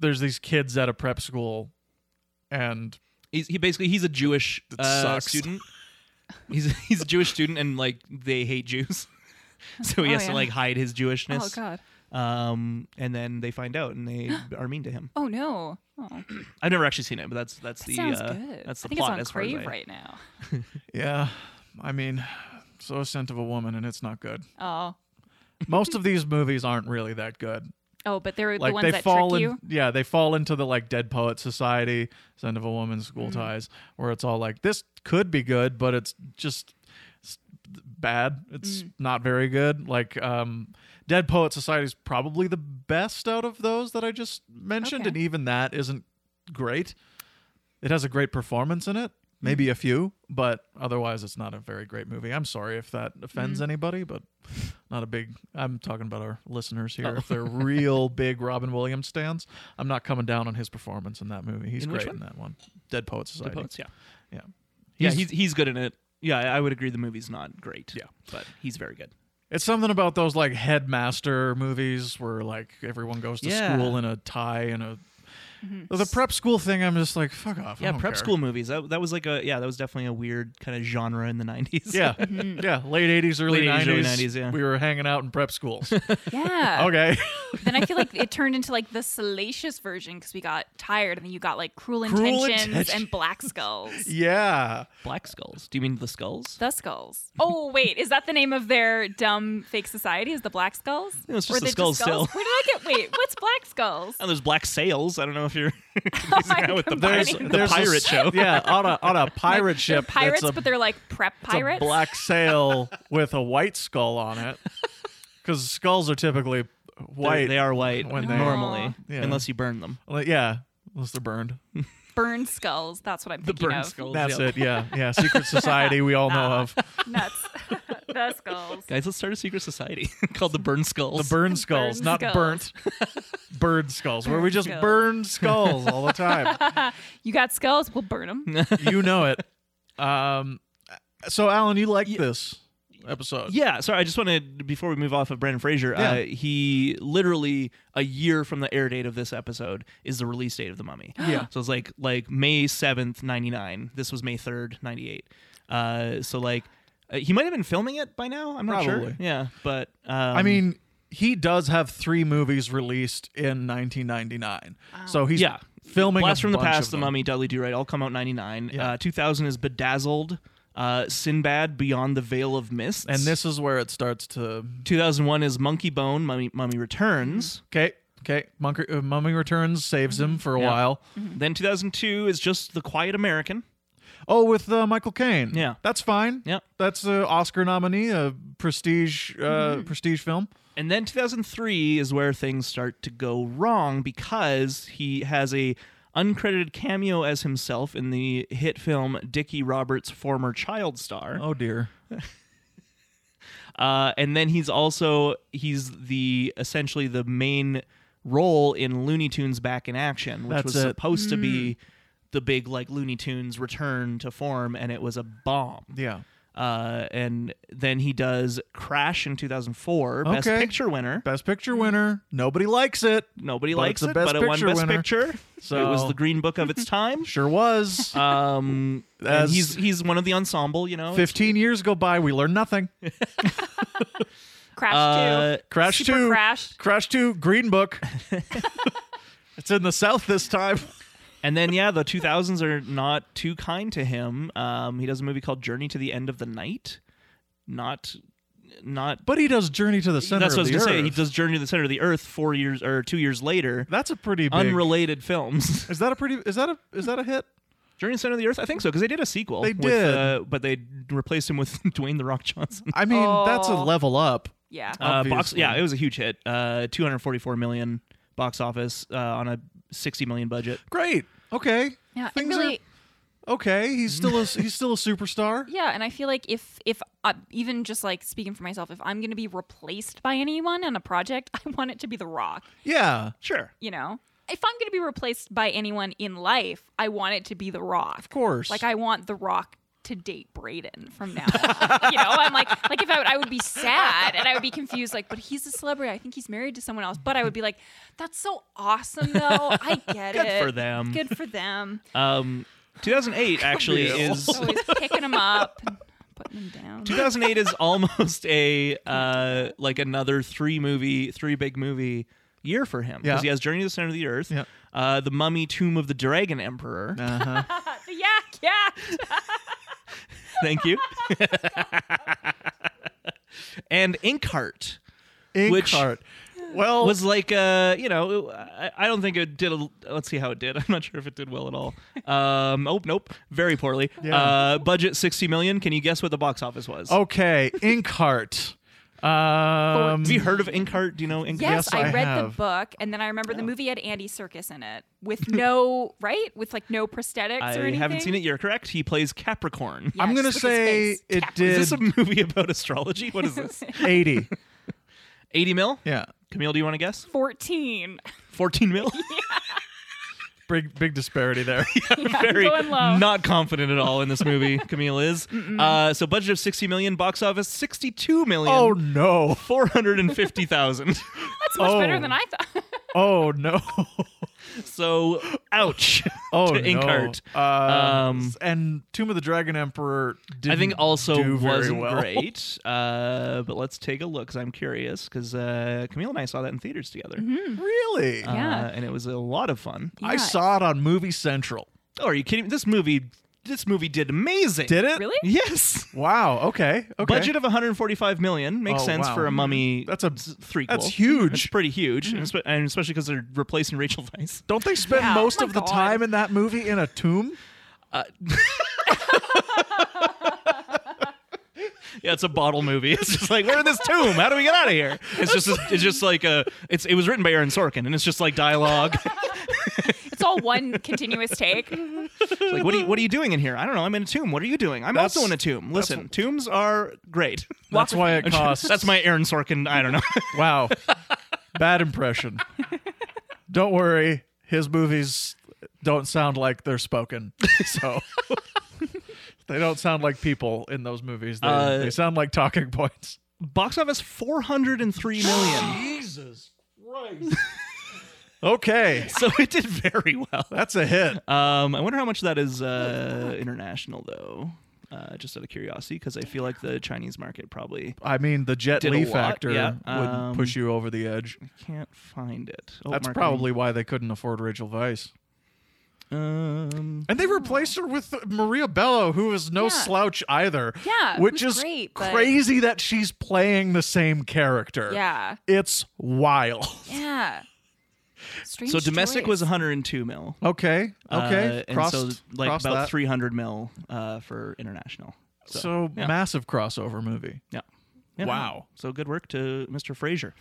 B: there's these kids at a prep school, and
A: He's, he basically he's a Jewish
B: That
A: uh,
B: sucks.
A: student. He's he's a Jewish student and like they hate Jews, so he
C: Oh,
A: has to
C: yeah.
A: like hide his
C: oh
A: Jewishness.
C: god.
A: Um, and then they find out and they are mean to him.
C: Oh no. Oh, that
A: I've never actually seen it, but that's that's the
C: sounds
A: uh,
C: good.
A: that's the
C: I think
A: plot as
C: it's on
A: far as
C: Crave
A: I-
C: right now.
B: yeah, I mean, so a scent of a woman, and it's not good.
C: Oh.
B: Most of these movies aren't really that good.
C: Oh, but they're
B: like
C: the
B: they
C: ones that
B: fall
C: trick
B: in,
C: you.
B: yeah they fall into the like dead poet society
C: Mm.
B: son of a woman's school ties where it's all like this could be good but it's just it's bad. It's
C: Mm.
B: not very good. Like um, Dead Poet Society is probably the best out of those that I just mentioned,
C: Okay.
B: and even that isn't great. It has a great performance in it, maybe
A: Hmm.
B: a few, but otherwise it's not a very great movie. I'm sorry if that
A: Hmm.
B: offends anybody, but not a big. I'm talking about our listeners
A: Oh.
B: here. If they're real big Robin Williams stands, I'm not coming down on his performance in that movie. He's
A: In which
B: great
A: one?
B: in that one. Dead Poet Society.
A: Poets, yeah.
B: Yeah.
A: yeah, he's he's good in it. Yeah, I I would agree the movie's not great.
B: Yeah.
A: but he's very good.
B: It's something about those like headmaster movies where like everyone goes to
A: Yeah. Mm-hmm.
B: school in a tie and a the prep school thing. I'm just like fuck off. I
A: Yeah,
B: don't
A: prep
B: care.
A: school movies. That, that was like a yeah, that was definitely a weird kind of genre in the nineties.
B: Yeah, yeah. Late '80s, early
A: Mm-hmm. Late 80s,
B: '90s.
A: early 90s, yeah.
B: we were hanging out in prep schools.
A: Oh,
C: Yeah.
B: okay,
C: Then I feel like it turned into like the salacious version because we got tired, and then you got like cruel,
B: Cruel
C: intentions
B: Intentions.
C: and black skulls.
B: yeah.
A: Black Skulls. Do you mean the skulls?
C: The skulls. Oh wait, is that the name of their dumb fake society? Is the black skulls?
A: No, it's just
C: Were
A: the
C: they
A: skulls still.
C: Where did I get? Wait, what's black skulls?
A: And Oh, there's Black Sails. I don't know if you're
C: I'm
A: with the
C: combining
A: pirate, the
C: them.
A: pirate
B: a,
A: show.
B: Yeah, on a on a pirate
C: They're
B: ship. that's
C: pirates,
B: a,
C: but they're like prep
B: it's a
C: pirates.
B: black sail with a white skull on it. Because skulls are typically white.
A: They- They are white
B: When they-
A: normally,
B: Yeah.
A: unless you burn them.
B: Like, yeah, unless they're burned.
C: burn skulls. That's what I'm
A: The
C: thinking
A: burn
C: of.
A: skulls.
B: That's it. Yeah, yeah. Secret society we all know of.
C: Ah. Nuts. the skulls.
A: Guys, let's start a secret society called the Burn Skulls.
B: The burn skulls,
C: Burn
B: not
C: skulls.
B: burnt. Bird skulls, where we
C: Burn
B: just
C: skulls.
B: burn skulls all the time.
C: You got skulls? We'll burn them.
B: you know it. Um, so Alan, you liked this episode?
A: Yeah, sorry. I just wanted before we move off of Brandon Fraser.
B: Yeah.
A: Uh, he literally a year from the air date of this episode is the release date of the Mummy.
B: Yeah.
A: So it's like like May seventh, ninety nine. This was May third, ninety eight. Uh, so like uh, he might have been filming it by now. I'm not sure.
B: Probably.
A: Yeah, but um,
B: I mean, he does have three movies released in 1999, so he's
A: Yeah.
B: filming.
A: Blast
B: a
A: from the
B: bunch of
A: Past, The
B: them.
A: Mummy, Dudley Do Right all come out ninety nine.
B: Yeah.
A: Uh, Two thousand is Bedazzled, uh, Sinbad, Beyond the Veil of Mists,
B: and this is where it starts to.
A: two thousand one is Monkey Bone, Mummy, Mummy Returns.
B: Okay, okay. Monk, uh, Mummy Returns saves him for a
A: Yeah.
B: while.
A: Then 2002 is just The Quiet American.
B: Oh, with uh, Michael Caine.
A: Yeah.
B: that's fine.
A: Yeah.
B: that's an Oscar nominee, a prestige, uh, prestige film.
A: And then 2003 is where things start to go wrong because he has a uncredited cameo as himself in the hit film Dickie Roberts' former child star.
B: Oh dear.
A: Uh, and then he's also he's the essentially the main role in Looney Tunes Back in Action, which
B: That's
A: was
B: it. Mm.
A: supposed to be the big like Looney Tunes return to form and it was a bomb.
B: Yeah.
A: Uh, and then he does Crash in 2004, Best
B: Okay.
A: Picture winner.
B: Best picture winner. Nobody likes it.
A: Nobody
B: But
A: likes
B: it's a
A: it,
B: Best
A: but it won
B: Picture
A: Best
B: winner.
A: Picture. So it was the Green Book of its time.
B: Sure was.
A: Um, and
B: As-
A: he's he's one of the ensemble, you know.
B: 15 years go by, we learn nothing.
C: Crash
A: Uh,
C: too.
B: Crash
C: Super
B: 2.
C: Crash.
B: Crash 2, Green Book. it's in the South this time.
A: and then yeah, the 2000s are not too kind to him. Um, he does a movie called Journey to the End of the Night. Not, not.
B: But he does Journey to the Center
A: that's what I was
B: of the
A: gonna say.
B: Earth.
A: He does Journey to the Center of the Earth four years or two years later.
B: That's a pretty big.
A: Unrelated films.
B: is that a pretty is that a is that a hit?
A: Journey to the Center of the Earth? I think so, because they did a sequel.
B: They
A: with,
B: did.
A: uh, but they replaced him with Dwayne The Rock Johnson.
B: I mean, that's a
C: Oh.
B: level up.
C: Yeah.
A: Uh, box,
B: Obviously.
A: yeah, it was a huge hit. Uh, 244 million box office uh, on a 60 million budget.
B: Great. Okay.
C: yeah. And
B: Things
C: really,
B: are okay. He's still a he's still a superstar.
C: yeah. And I feel like if, if uh, even just like speaking for myself, if I'm going to be replaced by anyone on a project, I want it to be The Rock,
B: Yeah.
A: Sure.
C: you know? If I'm going to be replaced by anyone in life, I want it to be The Rock.
B: Of course.
C: Like I want The Rock to date Brayden from now on. you know, I'm like, like if I would, I would be sad and I would be confused. Like, but he's a celebrity. I think he's married to someone else. But I would be like, that's so awesome, though. I get
A: Good
C: it.
A: for them.
C: Good for them.
A: Um, 2008 actually
B: Ew.
A: is.
C: Always picking them up, and putting them down.
A: 2008 is almost a uh, like another three movie, three big movie year for him because
B: Yeah.
A: he has Journey to the Center of the Earth,
B: Yeah.
A: uh, The Mummy, Tomb of the Dragon Emperor.
B: Uh-huh.
C: The yak, yak.
A: Thank you. and Inkheart. Which-
B: Inkheart. Well,
A: was like uh you know I, I don't think it did a, let's see how it did i'm not sure if it did well at all um oh nope very poorly
B: Yeah. Oh.
A: uh budget 60 million can you guess what the box office was
B: okay, Inkheart. Um,
A: have you heard of inkheart do you know inkheart
C: Yes,
B: Yes,
C: I,
B: I
C: read
B: have.
C: the book, and then I remember the movie had Andy Circus in it with no right with like no prosthetics
A: i
C: or anything.
A: haven't seen it you're correct he plays capricorn
C: Yeah,
B: I'm gonna
C: with his
B: say
C: face.
B: it
A: is
C: Cap-
B: did
A: this a movie about astrology what is this
B: 80.
A: 80 mil
B: Yeah,
A: camille do you want to guess
C: 14.
A: 14 mil
B: big big disparity there.
A: very
C: going low.
A: not confident at all in this movie camille is uh so budget of 60 million box office 62 million
B: oh no!
A: 450,000.
C: That's much better
B: Oh.
C: than I thought.
B: Oh no!
A: So, ouch.
B: Oh
A: to
B: no!
A: Inkheart.
B: Uh,
A: Um,
B: and Tomb of the Dragon Emperor. Didn't
A: I think also
B: do very
A: wasn't
B: well.
A: great. Uh, but let's take a look because I'm curious because uh, Camille and I saw that in theaters together.
B: Really?
A: Uh,
C: Mm-hmm, Hmm. Yeah.
A: and it was a lot of fun.
B: I
C: Yeah.
B: saw it on Movie Central.
A: Oh, are you kidding? me? This movie, this movie did amazing.
B: Did it?
C: Really?
A: Yes.
B: Wow. Okay. Okay.
A: Budget of 145 million makes
B: Oh,
A: sense
B: wow.
A: for a mummy.
B: That's a-
A: three.
B: that's huge.
A: It's pretty huge,
C: Mm-hmm.
A: and espe- and especially because they're replacing Rachel Weisz.
B: Don't they spend
C: Yeah.
B: most
C: Oh my
B: of the
C: God.
B: time in that movie in a tomb?
A: Yeah, it's a bottle movie. It's just like we're in this tomb. How do we get out of here? It's just it's just like a it's it was written by Aaron Sorkin and it's just like dialogue.
C: It's all one continuous take.
A: It's like what are you, what are you doing in here? I don't know. I'm in a tomb. What are you doing? I'm
B: That's-
A: also in a tomb.
B: that's-
A: Listen, tombs are great.
B: That's why it costs.
A: That's my Aaron Sorkin. I don't know.
B: wow. Bad impression. Don't worry, his movies don't sound like they're spoken. So they don't sound like people in those movies. They,
A: Uh,
B: they sound like talking points.
A: Box office 403 million.
B: Jesus Christ. okay,
A: so it did very well.
B: that's a hit.
A: Um, I wonder how much that is uh, international though. Uh, just out of curiosity, because I feel like the Chinese market probably
B: I mean, the Jet
A: Did a
B: Li
A: lot,
B: factor
A: yeah.
B: would
A: Um,
B: push you over the edge.
A: can't find it. Oh,
B: That's
A: marketing.
B: probably why they couldn't afford Rachel Vice.
A: um,
B: And they replaced her with Maria Bello, who is no
C: Yeah.
B: slouch either.
C: Yeah,
B: which
C: who's
B: is
C: great, but-
B: crazy that she's playing the same character.
C: Yeah.
B: it's wild.
C: Yeah. Strange
A: So domestic
C: choice.
A: was 102 mil.
B: Okay, okay,
A: Uh, and
B: crossed,
A: so like
B: crossed
A: about
B: that.
A: 300 mil uh, for international.
B: So,
A: So, yeah.
B: massive crossover movie.
A: yeah. Yeah.
B: Wow.
A: So good work to Mr. Frazier.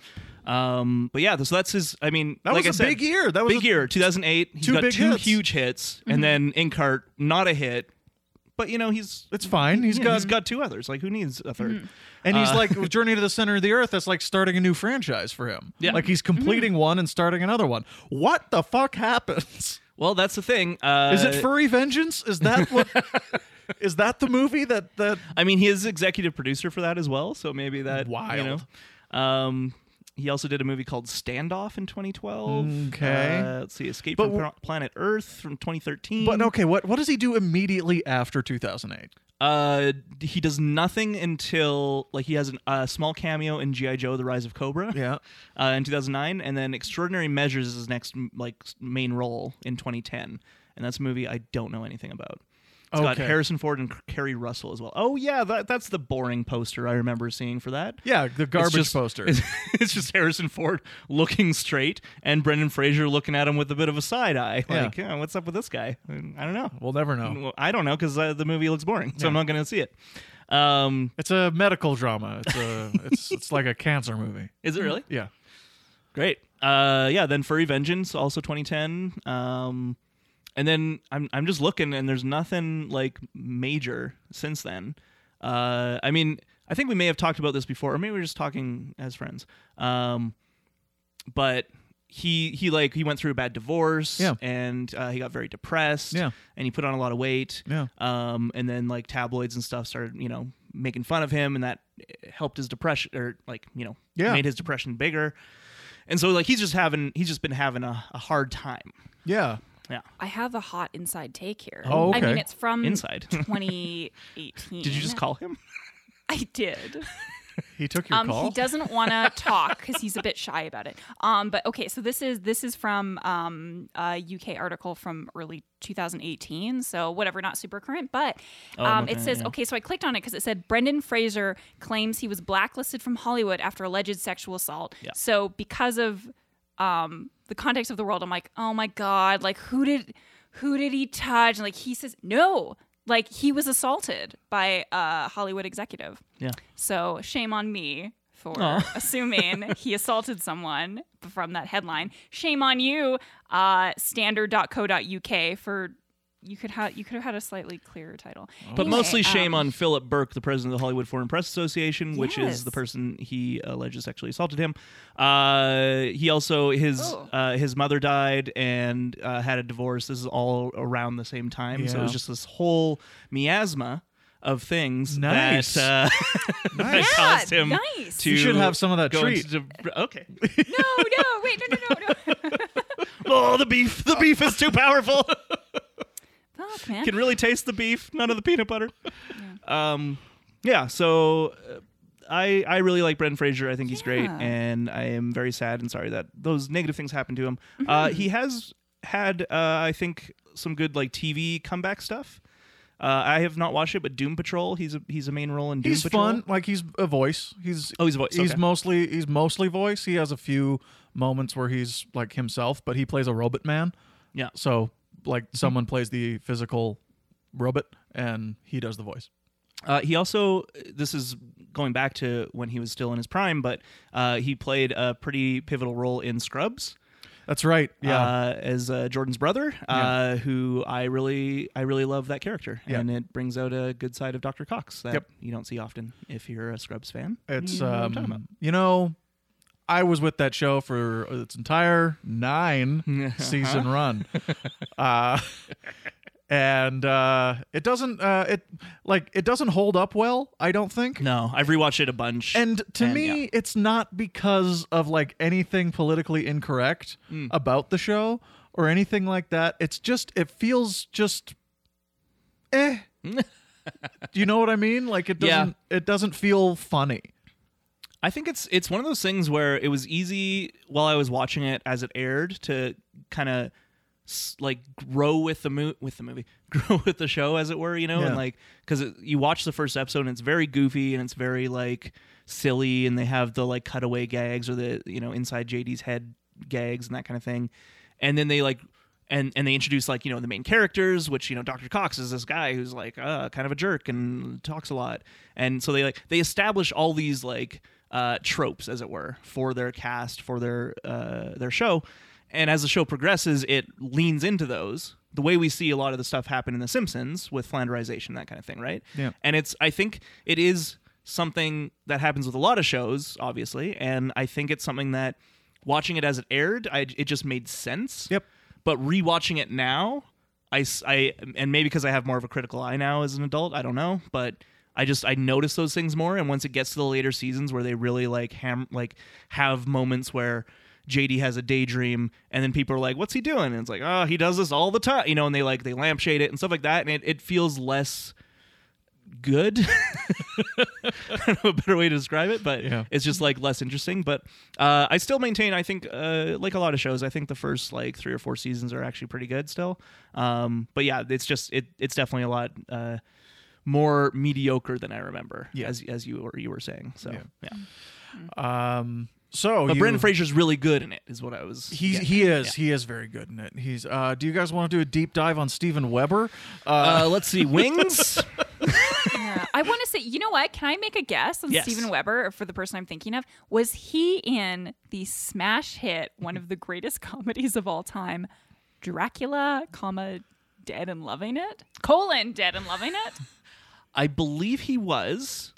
A: Um, but yeah, so that's his. I mean,
B: That
A: like
B: was
A: I
B: a
A: said,
B: big year. That was
A: big
B: a-
A: year. 2008. He's
B: two
A: got
B: big
A: two
B: hits. Mm-hmm.
A: huge hits, and then Inkart, not a hit. But you know, he's
B: It's fine. He's
A: yeah,
B: got
A: he's got two others. Like who needs a third?
B: and
A: Uh.
B: he's like Journey to the Center of the Earth. That's like starting a new franchise for him.
A: Yeah.
B: like
C: Mm-hmm.
B: he's completing one and starting another one. What the fuck happens?
A: Well, that's the thing. Uh,
B: Is it Furry Vengeance? Is that what? is that the movie that that?
A: I mean, he is executive producer for that as well, so maybe that You
B: Wild.
A: know. Um, he also did a movie called Standoff in 2012.
B: Okay.
A: Uh, let's see, Escape
B: But
A: from
B: w-
A: Pla- Planet Earth from 2013.
B: But okay, what what does he do immediately after 2008?
A: uh, he does nothing until like he has a uh, small cameo in GI Joe: The Rise of Cobra.
B: Yeah.
A: Uh, in 2009, and then Extraordinary Measures is his next m- like s- main role in 2010, and that's a movie I don't know anything about. It's got
B: Okay.
A: Harrison Ford and C- Kerry Russell as well. Oh yeah, that, that's the boring poster I remember seeing for that.
B: Yeah, the
A: It's
B: garbage
A: just-
B: poster.
A: It's, it's just Harrison Ford looking straight and Brendan Fraser looking at him with a bit of a side eye.
B: Yeah.
A: Like, "Oh, what's up with this guy? I don't know.
B: We'll never know.
A: Well, I don't know because uh, the movie looks boring, so I'm not going to see it. Um,
B: It's a medical drama. It's a it's it's like a cancer movie.
A: is it really
B: Yeah.
A: great? Uh, yeah. Then Furry Vengeance, also 2010. Um, and then I'm I'm just looking, and there's nothing like major since then. Uh, I mean, I think we may have talked about this before, or maybe we we're just talking as friends. Um, but he he like he went through a bad divorce,
B: Yeah.
A: and uh, he got very depressed,
B: Yeah.
A: and he put on a lot of weight,
B: Yeah.
A: um, and then like tabloids and stuff started you know making fun of him, and that eh, helped his depression or like you know
B: Yeah.
A: made his depression bigger, and so like he's just having he's just been having a, a hard time,
B: Yeah.
A: yeah.
C: I have a hot inside take here.
B: Oh,
C: I mean,
B: okay.
C: it's from
A: Inside.
C: 2018.
A: Did you just call him?
C: I did.
B: He took your
C: Um,
B: call.
C: he doesn't want to talk because he's a bit shy about it. Um, but okay, so this is this is from um, a UK article from early 2018, so whatever, not super current. But
A: Oh, I'm
C: um,
A: looking
C: it
A: at it,
C: says
A: yeah.
C: okay, so I clicked on it because it said Brendan Fraser claims he was blacklisted from Hollywood after alleged sexual assault.
A: Yeah.
C: So because of um, the context of the world, I'm like, oh my god, like who did who did he touch? And like he says, no, like he was assaulted by a Hollywood executive.
A: Yeah.
C: So shame on me for
A: Aw.
C: assuming he assaulted someone from that headline. Shame on you, uh, standard.co.uk for you could have you could have had a slightly clearer title.
A: But
C: Anyway,
A: mostly shame
C: um,
A: on Philip Burke, the president of the Hollywood Foreign Press Association, which
C: Yes.
A: is the person he alleges sexually assaulted him. Uh, he also his
C: Oh.
A: uh, his mother died and uh, had a divorce. This is all around the same time, so it was
B: Yeah.
A: just this whole miasma of things
B: Nice.
A: that, uh, that
B: Nice.
A: caused him
C: nice.
A: to.
B: You should have some of that
A: go
B: treat.
A: into de- okay.
C: No, no, wait, no, no, no, no.
A: oh, the beef! The beef is too powerful.
C: Fuck, man.
A: Can really taste the beef. None of the peanut butter. um, yeah. So uh, I I really like Brendan Fraser. I think he's great,
C: Yeah.
A: and I am very sad and sorry that those negative things happened to him. Uh, he has had uh, I think some good like TV comeback stuff. Uh, I have not watched it, but Doom Patrol. He's a he's a main role in Doom
B: he's
A: Patrol.
B: fun. Like he's a voice. He's
A: Oh, he's a voice,
B: He's
A: okay.
B: mostly he's mostly voice. He has a few moments where he's like himself, but he plays a robot man.
A: Yeah.
B: So like someone plays the physical robot and he does the voice.
A: Uh, he also, this is going back to when he was still in his prime, but uh, he played a pretty pivotal role in Scrubs.
B: That's right. Yeah.
A: uh, as uh, Jordan's brother, uh, who I really, I really love that character,
B: Yeah.
A: and it brings out a good side of Dr. Cox that
B: Yep.
A: you don't see often if you're a Scrubs fan.
B: It's
A: You know what I'm
B: um,
A: talking about.
B: you know, I was with that show for its entire 9
A: Uh-huh.
B: season run, uh, and uh, it doesn't uh, it like it doesn't hold up well. I don't think.
A: No, I've rewatched it a bunch.
B: And to
A: And,
B: me, it's not because of like anything politically incorrect
A: Mm.
B: about the show or anything like that. It's just it feels just eh. Do you know what I mean? Like it
A: Yeah.
B: doesn't it doesn't feel funny.
A: I think it's it's one of those things where it was easy while I was watching it as it aired to kind of like grow with the mo- with the movie, grow with the show as it were, you know,
B: Yeah.
A: and like because you watch the first episode and it's very goofy and it's very like silly and they have the like cutaway gags or the you know inside JD's head gags and that kind of thing, and then they like. And, and they introduce like you know the main characters, which you know Dr. Cox is this guy who's like uh, kind of a jerk and talks a lot, and so they like they establish all these like uh, tropes as it were for their cast for their uh, their show, and as the show progresses, it leans into those. The way we see a lot of the stuff happen in The Simpsons with flanderization, that kind of thing, right?
B: Yeah.
A: And it's, I think it is something that happens with a lot of shows, obviously. And I think it's something that watching it as it aired, I, it just made sense.
B: Yep.
A: But rewatching it now, I, s- I- and maybe because I have more of a critical eye now as an adult, I don't know, but I just I notice those things more. And once it gets to the later seasons where they really like ham like have moments where JD has a daydream, and then people are like, "What's he doing?" And it's like, "Oh, he does this all the time," you know. And they like they lampshade it and stuff like that, and it, it feels less good. I don't know a better way to describe it, but
B: Yeah.
A: it's just like less interesting. But uh, I still maintain, I think, uh, like a lot of shows, I think the first like three or four seasons are actually pretty good still. Um, but yeah, it's just it, it's definitely a lot uh, more mediocre than I remember,
B: Yeah.
A: as as you were you were saying. So
B: Yeah.
A: yeah,
B: Um so
A: but
B: you-
A: Brendan Fraser's really good in it, is what I was.
B: He's,
A: getting
B: he
A: at.
B: is
A: Yeah.
B: he is very good in it. He's uh do you guys want to do a deep dive on Steven Weber? Uh,
A: Uh, let's see, Wings.
C: Yeah. I want to say, you know what? Can I make a guess on
A: Yes.
C: Steven Weber for the person I'm thinking of? Was he in the smash hit, one of the greatest comedies of all time, Dracula, comma, Dead and Loving It? Colon, Dead and Loving It?
A: I believe he was.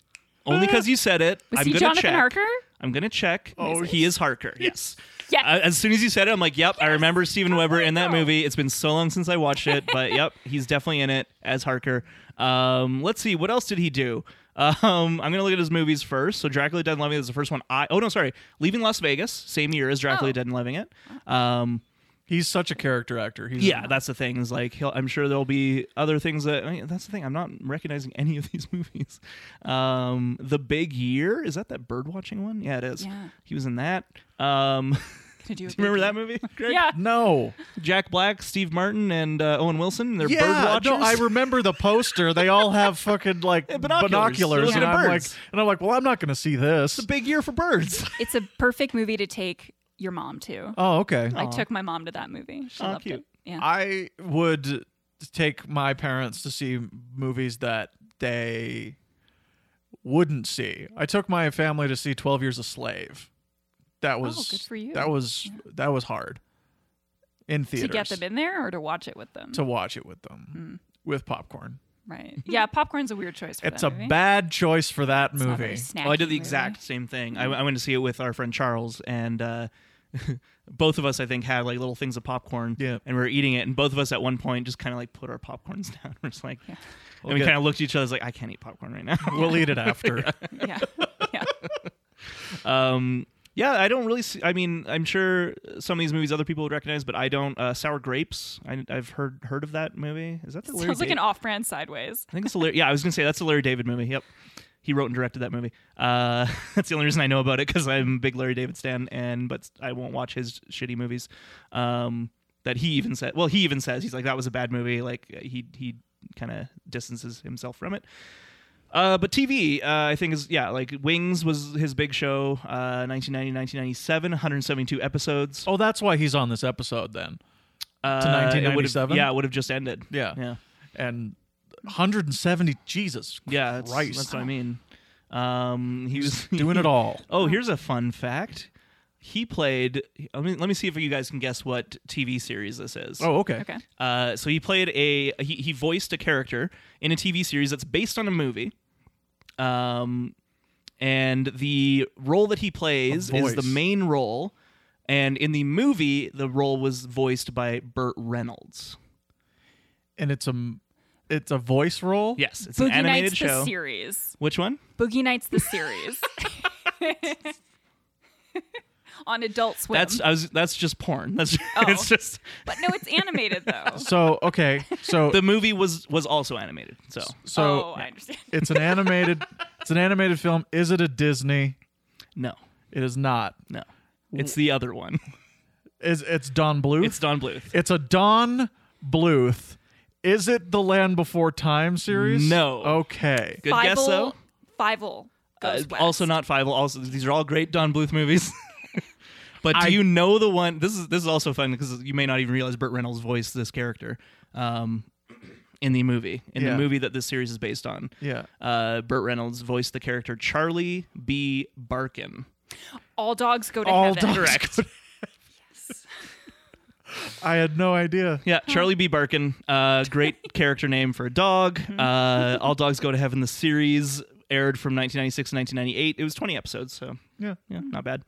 A: Only because you said it.
C: Was
A: I'm
C: he
A: gonna
C: Jonathan
A: check.
C: Harker?
A: I'm gonna check.
B: Oh,
A: he is Harker. Yes.
C: Yes.
A: I- as soon as you said it, I'm like, yep. I remember Steven
C: How
A: Weber
C: do I
A: in that
C: know?
A: movie. It's been so long since I watched it, but yep, he's definitely in it as Harker. Um, let's see, what else did he do? Um, I'm gonna look at his movies first. So Dracula Dead and Loving It is the first one. I oh no, sorry, Leaving Las Vegas, same year as Dracula
C: Oh.
A: Dead and Loving It. Um,
B: He's such a character actor. He's
A: yeah, that's the thing. Is like he'll, I'm sure there'll be other things that. I mean, that's the thing. I'm not recognizing any of these movies. Um, the Big Year is that that bird watching one? Yeah, it is.
C: Yeah.
A: He was in that. Um,
C: Gonna do,
A: do you remember that movie? Greg?
C: Yeah.
B: no.
A: Jack Black, Steve Martin, and uh, Owen Wilson. They're bird
B: Yeah,
A: watchers.
B: no, I remember the poster. They all have fucking like
A: binoculars.
B: binoculars,
A: They're
B: and
A: looking at
B: I'm
A: birds.
B: like, and I'm like, well, I'm not going to see this.
A: Big Year for birds.
C: It's a perfect movie to take your mom to.
B: Oh, okay.
C: I took my mom to that movie. She
A: Aw,
C: loved
A: cute.
C: it. Yeah.
B: I would take my parents to see movies that they wouldn't see. I took my family to see 12 Years a Slave. That was
C: Oh, good for you.
B: That was that was hard. In
C: to
B: theaters.
C: get them in there or to watch it with them.
B: to watch it with them
C: Hmm.
B: with popcorn.
C: right. Yeah, popcorn's a weird choice for
B: It's
C: that
B: a
C: movie.
B: bad choice for that
C: It's not very
B: movie.
C: snacky
A: Well, Oh, I did the
C: movie.
A: exact same thing.
C: Mm.
A: I, I went to see it with our friend Charles, and uh, both of us, I think, had like little things of popcorn.
B: Yeah.
A: And we were eating it, and both of us at one point just kind of like put our popcorns down. We're just like, and we
B: Okay.
A: kind of looked at each other like, I can't eat popcorn right now.
B: We'll eat it after.
C: Yeah. Yeah.
A: um, yeah, I don't really. See, I mean, I'm sure some of these movies other people would recognize, but I don't. Uh, Sour Grapes. I, I've heard heard of that movie. Is that the Larry
C: Sounds like
A: David-
C: an off-brand sideways.
A: I think it's a Larry. Yeah, I was gonna say that's a Larry David movie. Yep, he wrote and directed that movie. Uh, that's the only reason I know about it because I'm a big Larry David stan, and but I won't watch his shitty movies. Um, that he even said. Well, he even says he's like that was a bad movie. Like uh, he he kind of distances himself from it. Uh, but TV, uh, I think is yeah, like Wings was his big show, uh, 1990, 1997, 172 episodes.
B: oh, that's why he's on this episode then.
A: Uh, it would've-
B: 1997?
A: Yeah, it would have just ended.
B: Yeah.
A: yeah.
B: And 170 Jesus.
A: Yeah, that's,
B: Christ.
A: that's what I mean. Um, he was
B: doing it all.
A: Oh, here's a fun fact. He played. I mean, let me see if you guys can guess what TV series this is.
B: Oh, okay.
C: Okay.
A: Uh, so he played a he, he voiced a character in a TV series that's based on a movie. Um, and the role that he plays
B: A
A: is the
B: voice.
A: main role, and in the movie, the role was voiced by Burt Reynolds.
B: And it's a it's a voice role.
A: Yes, it's an
C: Boogie
A: animated
C: Nights
A: show.
C: the series.
A: Which one?
C: Boogie Nights the series. On Adult Swim.
A: That's I was, that's just porn. That's
C: Oh.
A: it's just
C: but no, it's animated though.
B: So okay. So
A: the movie was was also animated. So
B: so
C: oh, I understand.
B: it's an animated it's an animated film. Is it a Disney?
A: no,
B: It is not.
A: no, it's the other one.
B: Is it's Don Bluth?
A: It's Don Bluth.
B: It's a Don Bluth. Is it the Land Before Time series?
A: No.
B: Okay.
A: Good guess though.
C: Fievel goes
A: Uh, also
C: west.
A: not Five. Also, these are all great Don Bluth movies. but do
B: I-
A: you know the one? This is this is also fun because you may not even realize Burt Reynolds voiced this character um, in the movie in
B: Yeah.
A: the movie that this series is based on.
B: Yeah.
A: Uh, Burt Reynolds voiced the character Charlie B. Barkin.
C: all dogs go to
B: All
C: heaven.
B: dogs-
A: Correct.
B: I had no idea.
A: Yeah, Charlie B. Barkin. Uh, great character name for a dog. Uh, All Dogs Go to Heaven, the series aired from 1996 to 1998. It was 20 episodes, so
B: Yeah.
A: yeah, not bad.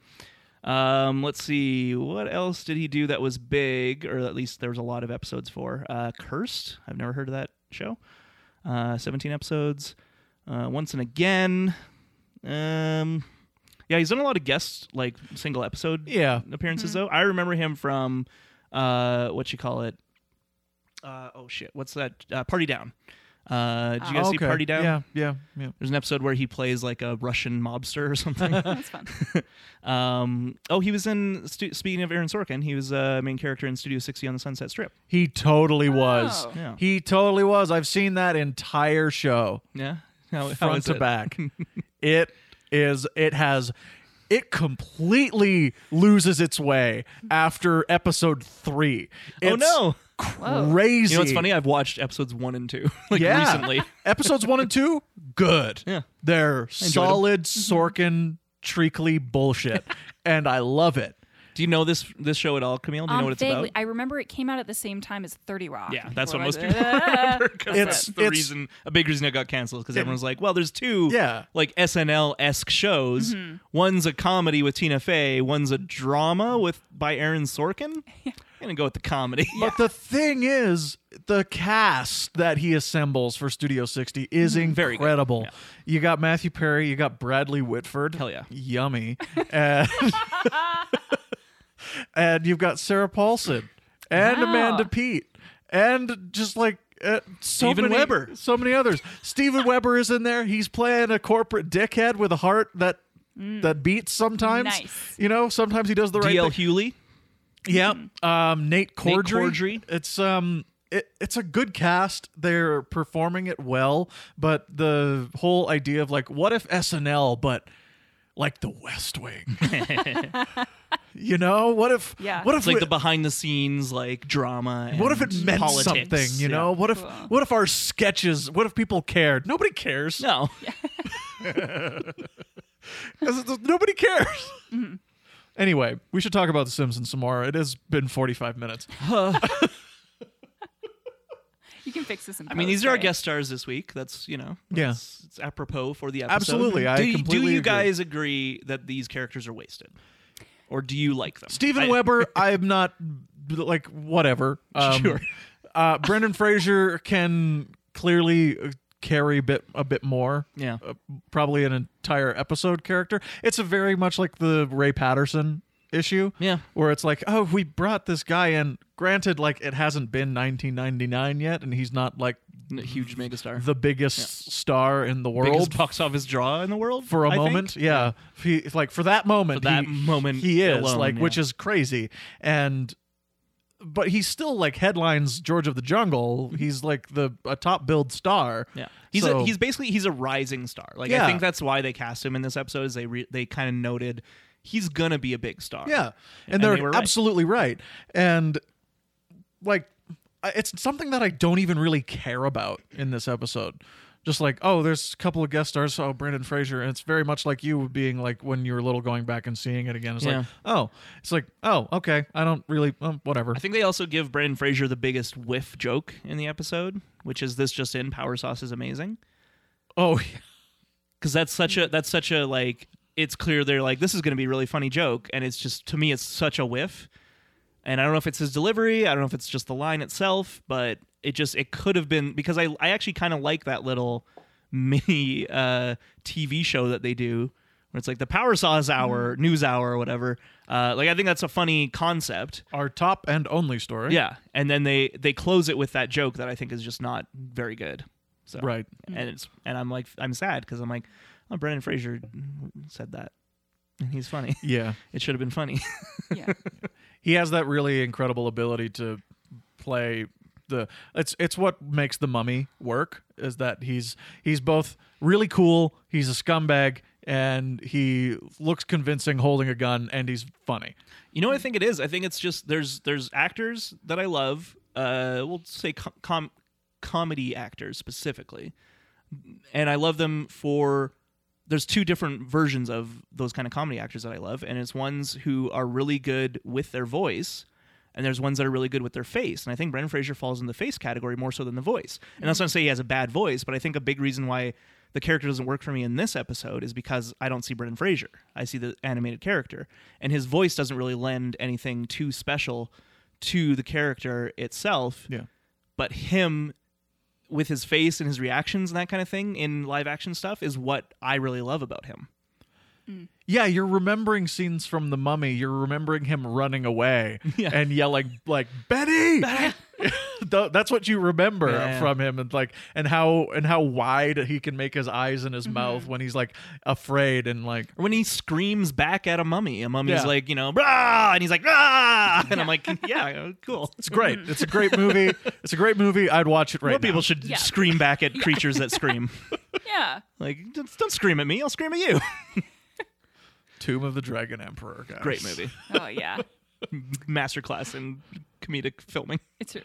A: Um, let's see. What else did he do that was big, or at least there was a lot of episodes for? Uh, Cursed. I've never heard of that show. Uh, 17 episodes. Uh, Once and Again. Um, yeah, he's done a lot of guest, like single episode
B: Yeah. Hmm.
A: appearances though. I remember him from uh what you call it? Uh oh shit, what's that? Uh, Party Down. Uh did you guys see
B: Oh, Okay.
A: Party Down?
B: Yeah. Yeah. Yeah.
A: There's an episode where he plays like a Russian mobster or something.
C: That's fun.
A: um oh, he was in stu- speaking of Aaron Sorkin, he was a uh, main character in Studio 60 on the Sunset Strip.
B: He totally was.
C: Oh.
A: Yeah.
B: He totally was. I've seen that entire show.
A: Yeah. How, how
B: front
A: Oh, is
B: to
A: it?
B: back. it is it has it completely loses its way after episode three.
A: Oh
B: It's
A: no.
B: Crazy.
A: You know what's funny? I've watched episodes 1 and 2 like
B: yeah.
A: recently.
B: Episodes one and two, good.
A: Yeah.
B: They're solid
A: Mm-hmm.
B: Sorkin treacly bullshit. and I love it.
A: Do you know this this show at all, Camille? Do you know
C: Um,
A: what it's
C: vaguely-
A: about?
C: I remember it came out at the same time as 30 Rock.
A: Yeah, that's what
C: Or was
A: most
C: it-
A: people remember. 'cause
B: It's-
A: that's the
B: it's-
A: reason, a big reason it got canceled because everyone's like, well, there's two
B: Yeah.
A: like SNL esque shows. One's a comedy with Tina Fey. One's a drama with by Aaron Sorkin. I'm gonna go with the comedy.
B: But the thing is, the cast that he assembles for Studio 60 is
A: Mm-hmm. Very good.
B: incredible. You got Matthew Perry, you got Bradley Whitford.
A: Hell yeah.
B: Yummy. and, and you've got Sarah Paulson. and
C: Wow.
B: Amanda Pete and just like uh, so
A: Steven
B: many,
A: Weber.
B: so many others. Steven Weber is in there. He's playing a corporate dickhead with a heart that
A: Mm.
B: that beats sometimes.
C: Nice.
B: You know, sometimes he does the right
A: DL
B: thing.
A: Hewley.
B: Yeah. Um, Nate Cordry.
A: Mm-hmm. Nate Cordry.
B: It's um. It, it's a good cast. They're performing it well, but the whole idea of like, what if SNL, but like the West Wing? you know, what if?
C: Yeah.
B: What if
A: It's like
B: we-
A: the behind the scenes like drama.
B: what if
A: and
B: it meant
A: politics.
B: something? You know, what if
C: Cool.
B: what if our sketches? What if people cared? Nobody cares.
A: Yeah. No.
B: Nobody cares.
C: Mm-hmm.
B: Anyway, we should talk about The Simpsons some more. It has been 45 minutes.
C: You can fix this. In
A: I mean, these are our
C: post, right?
A: guest stars this week. That's you know,
B: Yeah.
A: that's- it's, apropos for the episode.
B: Absolutely, I
A: do, you-
B: completely
A: do you
B: agree.
A: guys agree that these characters are wasted, or do you like them?
B: Stephen
A: I-
B: Weber, I'm not like whatever. Um,
A: Sure.
B: Uh, Brendan Fraser can clearly uh, carry a bit a bit more.
A: Yeah.
B: Uh, probably an entire episode character. It's a very much like the Ray Patterson issue.
A: Yeah.
B: Where it's like, oh, we brought this guy in. Granted, like it hasn't been 1999 yet, and he's not like
A: N- huge megastar,
B: the biggest star in the world
A: biggest box office draw in the world
B: for a
A: a
B: moment. Yeah, If he like for that moment,
A: For that
B: he,
A: moment
B: he is
A: alone,
B: like,
A: yeah.
B: which is crazy. And but he's still like headlines George of the Jungle. He's like the a top build star.
A: Yeah, he's
B: So-
A: a, he's basically he's a rising star. Like
B: Yeah.
A: I think that's why they cast him in this episode. Is they re- they kind of noted he's gonna be a big star.
B: Yeah, and,
A: And
B: they're
A: they were right.
B: absolutely right. And like, I- it's something that I don't even really care about in this episode. Just like, oh, there's a couple of guest stars. Oh, Brandon Fraser, and it's very much like you being like when you were little, going back and seeing it again. It's
A: Yeah.
B: like, oh, it's like, oh, okay, I don't really, um, whatever.
A: I think they also give Brandon Fraser the biggest whiff joke in the episode, which is this just in: Power Sauce is amazing.
B: Oh,
A: because that's such a that's such a like it's clear they're like this is going to be a really funny joke and it's just to me it's such a whiff and i don't know if it's his delivery i don't know if it's just the line itself but it just it could have been because i i actually kind of like that little mini uh tv show that they do where it's like the power saws hour news hour or whatever uh like i think that's a funny concept
B: our top and only story.
A: yeah and then they they close it with that joke that i think is just not very good so
B: right.
A: and it's and I'm like I'm sad because I'm like, oh, Brendan Fraser said that, and he's funny.
B: Yeah,
A: It should have been funny.
C: Yeah.
B: he has that really incredible ability to play the. It's it's what makes the mummy work is that he's he's both really cool. He's a scumbag. And he looks convincing holding a gun, and he's funny.
A: you know what I think it is? I think it's just there's there's actors that I love. Uh, we'll say com- com- comedy actors specifically, and I love them for. There's two different versions of those kind of comedy actors that I love, and it's ones who are really good with their voice, and there's ones that are really good with their face. And I think Brendan Fraser falls in the face category more so than the voice. And that's not to say he has a bad voice, but I think a big reason why the character doesn't work for me in this episode is because I don't see Brendan Fraser. I see the animated character, and his voice doesn't really lend anything too special to the character itself.
B: Yeah.
A: But him with his face and his reactions and that kind of thing in live action stuff is what I really love about him.
B: Yeah, you're remembering scenes from The Mummy. You're remembering him running away
A: Yeah.
B: and yelling like Betty. Th- That's what you remember
A: Yeah.
B: from him, and like, and how and how wide he can make his eyes and his
A: Mm-hmm.
B: mouth when he's like afraid and like.
A: Or when he screams back at a mummy, a mummy's
B: Yeah.
A: like, you know, "Rah!" and he's like, ah, and I'm like, yeah, cool.
B: It's great. It's a great movie. It's a great movie. I'd watch it right
A: More people
B: now.
A: should
C: Yeah.
A: scream back at creatures that scream.
C: yeah.
A: Like, "Don't- don't scream at me, I'll scream at you.
B: Tomb of the Dragon Emperor. Guys.
A: Great movie.
C: Oh yeah.
A: Masterclass in comedic filming.
C: It's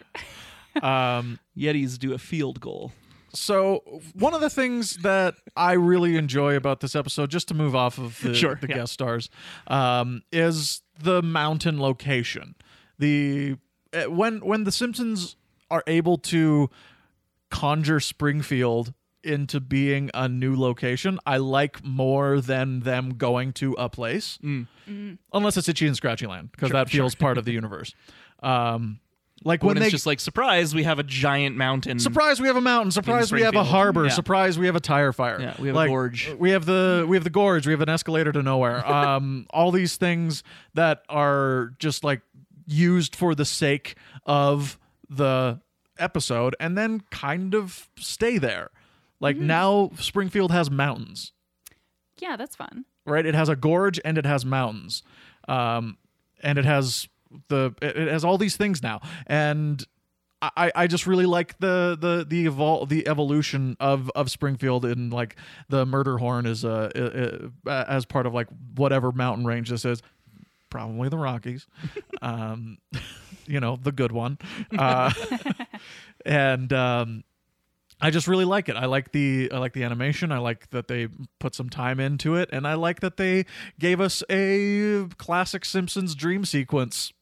B: Um,
A: Yetis do a field goal.
B: so one of the things that I really enjoy about this episode, just to move off of the,
A: Sure,
B: the
A: yeah.
B: guest stars, um, is the mountain location. The eh, when when the Simpsons are able to conjure Springfield into being a new location, I like more than them going to a place,
A: Mm.
B: unless it's Itchy and Scratchy Land because that feels part of the universe. Um, like
A: When,
B: when, they
A: it's just like, surprise, we have a giant mountain.
B: Surprise! We have a mountain. Surprise! We have a
A: Springfield.
B: harbor.
A: Yeah.
B: Surprise! We have a tire fire.
A: Yeah, we have a gorge.
B: We have the we have the gorge. We have an escalator to nowhere. Um, all these things that are just like used for the sake of the episode and then kind of stay there. Like
A: Mm-hmm.
B: now Springfield has mountains,
C: Yeah, that's fun.
B: right? It has a gorge and it has mountains. Um and it has the it it has all these things now. And I- I, I just really like the the the evol- the evolution of of Springfield in like the murder horn is a, uh uh as part of like whatever mountain range this is probably the Rockies um you know the good one uh and um I just really like it. I like the I like the animation. I like that they put some time into it, and I like that they gave us a classic Simpsons dream sequence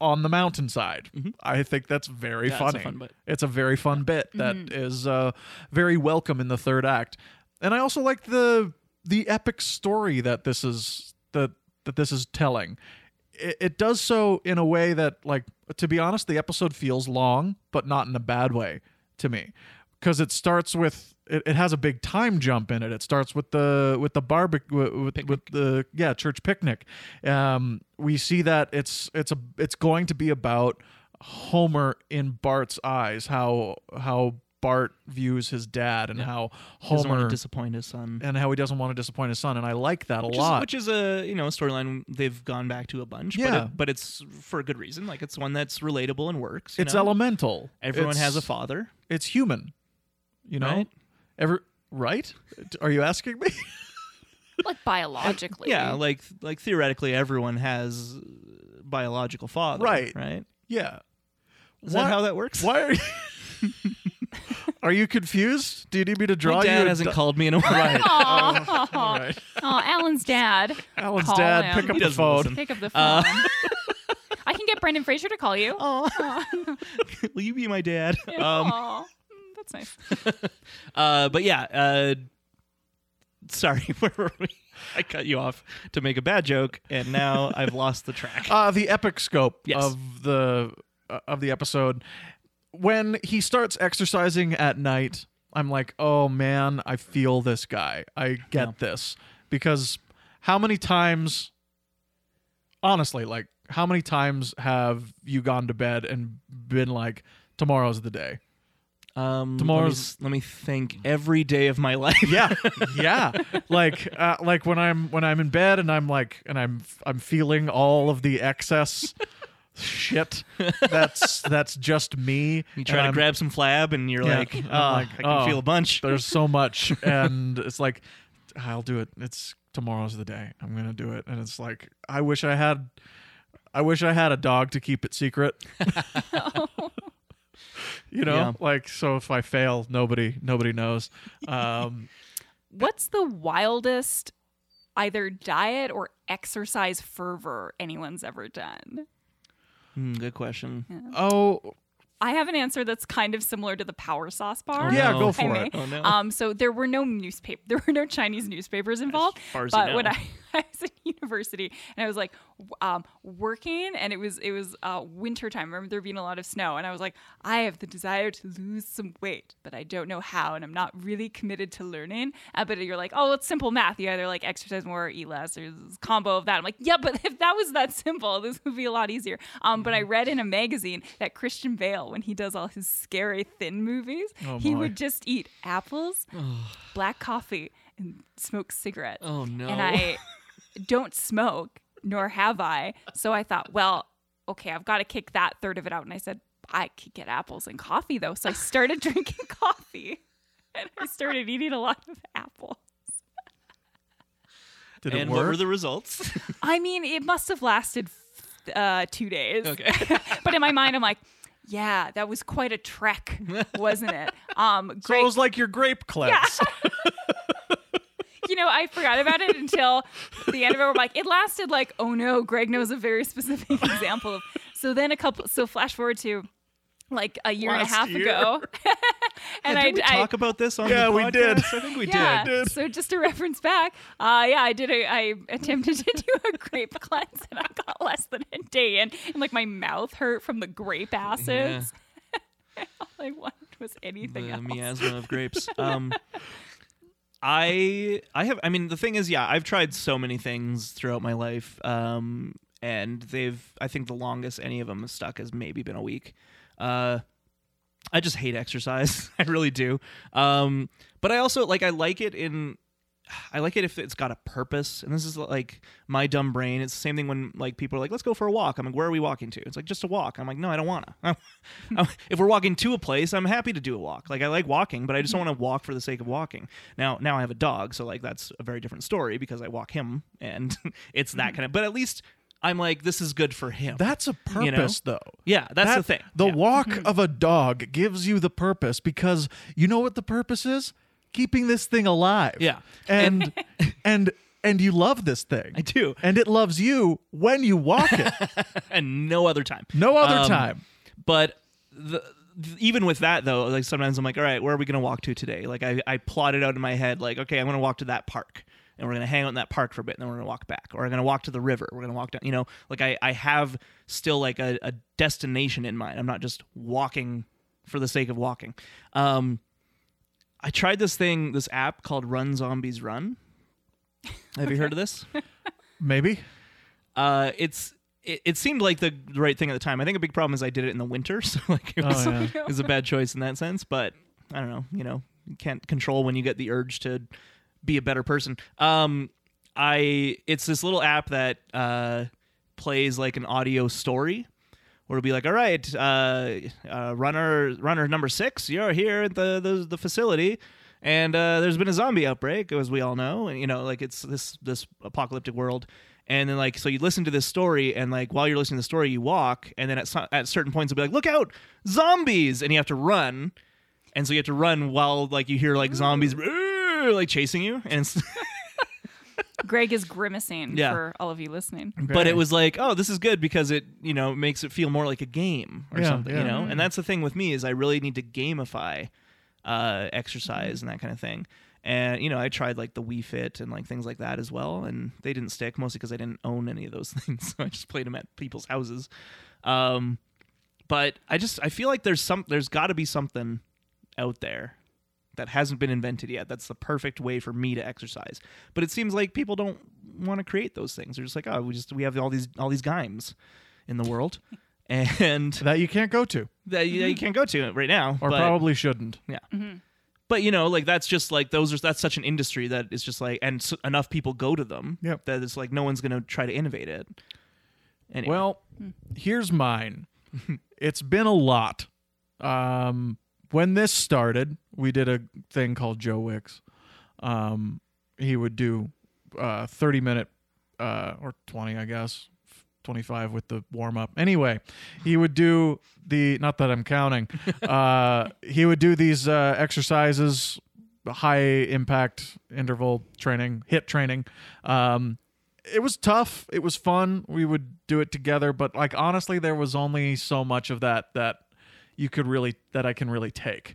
B: on the mountainside. I think that's very
A: Yeah, it's Mm-hmm. a
B: funny.
A: fun bit.
B: It's a very fun bit that is uh, very welcome in the third act, and I also like the the epic story that this is that that this is telling. It, it does so in a way that, like, to be honest, the episode feels long, but not in a bad way to me, because it starts with it, it has a big time jump in it. It starts with the with the barbecue with, with the yeah church picnic. Um, we see that it's it's a it's going to be about Homer in Bart's eyes, how how Bart views his dad, and how
A: doesn't want
B: Homer
A: to disappoint his son.
B: and how he doesn't want to disappoint his son, and I like that a
A: Which
B: lot.
A: is, which is a you know a storyline they've gone back to a bunch, but,
B: Yeah.
A: it, but it's for a good reason. Like it's one that's relatable and works. you
B: it's
A: know?
B: elemental.
A: Everyone
B: It's-
A: has a father.
B: It's human. You know,
A: Right.
B: every right? Are you asking me?
C: Like biologically.
A: Yeah, like like theoretically, everyone has uh, biological father.
B: Right.
A: Right.
B: yeah.
A: Is that how that works?
B: Why are you? are you confused? Do you need me to draw
A: My
B: you?
A: dad
B: a
A: hasn't
B: di-
A: called me in a while.
B: Right.
C: Aw,
B: All right.
C: aw, Alan's dad.
B: Alan's
C: Call
B: dad,
C: him.
B: pick up
A: He
B: the
A: doesn't
B: phone.
A: listen.
C: Pick up the phone.
A: Uh,
C: I can get Brendan Fraser to call
A: um,
C: you.
A: Aw. Will you be my dad? Um,
C: Aw. Mm, That's nice.
A: uh, but yeah, uh, sorry, where were we? I cut you off to make a bad joke, and now I've lost the track.
B: uh, the epic scope
A: Yes.
B: of the uh, of the episode when he starts exercising at night i'm like oh man i feel this guy i get
A: Yeah.
B: this because how many times honestly like how many times have you gone to bed and been like tomorrow's the day
A: Um,
B: Tomorrow's-
A: Let me, s- let me think. Every day of my life.
B: yeah yeah like uh, like when i'm when i'm in bed and i'm like and i'm i'm feeling all of the excess shit that's that's just me
A: You
B: and
A: try to
B: I'm-
A: grab some flab, and you're
B: Um, Yeah.
A: like,
B: I'm
A: "Ah,
B: like,
A: I can
B: oh,
A: feel a bunch.
B: there's so much and it's like i'll do it it's tomorrow's the day i'm gonna do it and it's like i wish i had i wish i had a dog to keep it secret you know
A: Yeah.
B: like so if i fail nobody nobody knows um
C: What's the wildest either diet or exercise fervor anyone's ever done?
A: Hmm, good question.
B: oh
C: I have an answer that's kind of similar to the power sauce bar.
A: Oh,
B: yeah
A: no.
B: go
C: I
B: for
C: may.
B: it
A: Oh, no.
C: Um, so there were no newspaper, there were no Chinese newspapers involved.
A: far as you
C: but when
A: know.
C: I, I was in university and I was like w- um, working, and it was it was uh, winter time. I remember there being a lot of snow, and I was like, I have the desire to lose some weight, but I don't know how, and I'm not really committed to learning. Uh, but you're like, oh, it's simple math. You either like exercise more or eat less. There's this combo of that. I'm like, yeah, but if that was that simple, this would be a lot easier. Um, but I
A: Mm-hmm.
C: read in a magazine that Christian Bale, when he does all his scary thin movies,
B: Oh,
C: he
B: my.
C: would just eat apples, black coffee, and smoke cigarettes.
A: Oh, no.
C: And I don't smoke, nor have I. So I thought, well, okay, I've got to kick that third of it out. And I said, I could get apples and coffee though. So I started drinking coffee, and I started eating a lot of apples.
B: did it
A: and what
B: work
A: were the results?
C: I mean, it must have lasted uh, two days.
A: okay.
C: but in my mind, I'm like. Yeah, that was quite a trek, wasn't it? Um,
B: so it
C: great
B: was like your grape cleanse
C: you know, I forgot about it until the end of it. We're like, it lasted like, oh no, Greg knows a very specific example of. So then a couple, so flash forward to like a year and
B: Last
C: a half
B: year.
C: ago, and I,
A: did we
C: I-
A: talk about this on
B: Yeah,
A: the
B: we
A: podcast?
B: did.
A: I think we
C: yeah.
A: did.
C: So just to reference back, uh, yeah, I did. A, I attempted to do a grape cleanse, and I got less than a day in, and like my mouth hurt from the grape acids. All I wanted was anything
A: the
C: else.
A: miasma of grapes. Um, I I have I mean the thing is yeah I've tried so many things throughout my life um, and they've I think the longest any of them has stuck has maybe been a week. Uh, I just hate exercise. I really do. Um, but I also like I like it in I like it if it's got a purpose. And this is like my dumb brain. It's the same thing when like people are like, let's go for a walk. I'm like, where are we walking to? It's like just a walk. I'm like, no, I don't wanna. I'm- if we're walking to a place, I'm happy to do a walk. Like I like walking, but I just don't want to walk for the sake of walking. Now, now I have a dog, so like that's a very different story because I walk him, and it's that kind of. But at least I'm like, this is good for him.
B: That's a purpose,
A: You know?
B: though.
A: yeah, that's the
B: That-
A: thing.
B: The
A: yeah.
B: walk of a dog gives you the purpose because you know what the purpose is? Keeping this thing alive.
A: Yeah.
B: And and and you love this thing.
A: I do,
B: And it loves you when you walk it.
A: and no other time.
B: No other
A: Um,
B: time.
A: but the, th- even with that though like sometimes i'm like all right where are we going to walk to today like i, I plot it out in my head like okay i'm going to walk to that park and we're going to hang out in that park for a bit and then we're going to walk back or i'm going to walk to the river we're going to walk down you know like i, I have still like a, a destination in mind i'm not just walking for the sake of walking um, i tried this thing this app called run zombies run have you heard of this
B: Maybe.
A: uh, it's it, it seemed like the right thing at the time. I think a big problem is I did it in the winter, so like it was,
B: Oh, yeah.
A: it was a bad choice in that sense. But I don't know, you know, you can't control when you get the urge to be a better person. Um, I it's this little app that uh, plays like an audio story. Where it'll be like, all right, uh, uh, runner, runner number six, you're here at the the, the facility, and uh, there's been a zombie outbreak, as we all know, and you know, like it's this this apocalyptic world, and then like so you listen to this story, and like while you're listening to the story, you walk, and then at so- at certain points, it'll be like, look out, zombies, and you have to run, and so you have to run while like you hear like zombies "Roo," like chasing you, and it's,
C: Greg is grimacing
A: Yeah.
C: for all of you listening.
A: but it was like oh this is good because it you know makes it feel more like a game or
B: Yeah,
A: something
B: yeah.
A: you know and that's the thing with me is i really need to gamify uh exercise and that kind of thing and you know i tried like the wii fit and like things like that as well and they didn't stick mostly because i didn't own any of those things so i just played them at people's houses um but i just i feel like there's some there's got to be something out there that hasn't been invented yet. That's the perfect way for me to exercise. But it seems like people don't want to create those things. They're just like, oh, we just we have all these all these games in the world, and
B: that you can't go to.
A: that you, that you can't go to right now.
B: Or
A: but,
B: probably shouldn't.
A: yeah. But you know, like that's just like those are that's such an industry that it's just like and s enough people go to them
B: Yep.
A: that it's like no one's gonna try to innovate it. Anyway.
B: Well, here's mine. it's been a lot. Um, when this started, we did a thing called Joe Wicks. Um, he would do uh, 30 minute uh, or 20, I guess, 25 with the warm up. Anyway, he would do the, not that I'm counting, uh, he would do these uh, exercises, high impact interval training, hit training. Um, it was tough. It was fun. We would do it together, but like honestly, there was only so much of that that you could really that I can really take.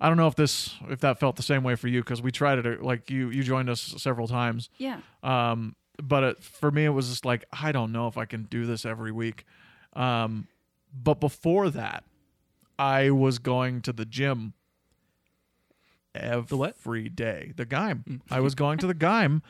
B: I don't know if this if that felt the same way for you because we tried it like you you joined us several times.
C: Yeah.
B: Um, but it, for me, it was just like I don't know if I can do this every week. Um, but before that, I was going to the gym every the
A: what? Mm.
B: day. The Gaim. I was going to the Gaim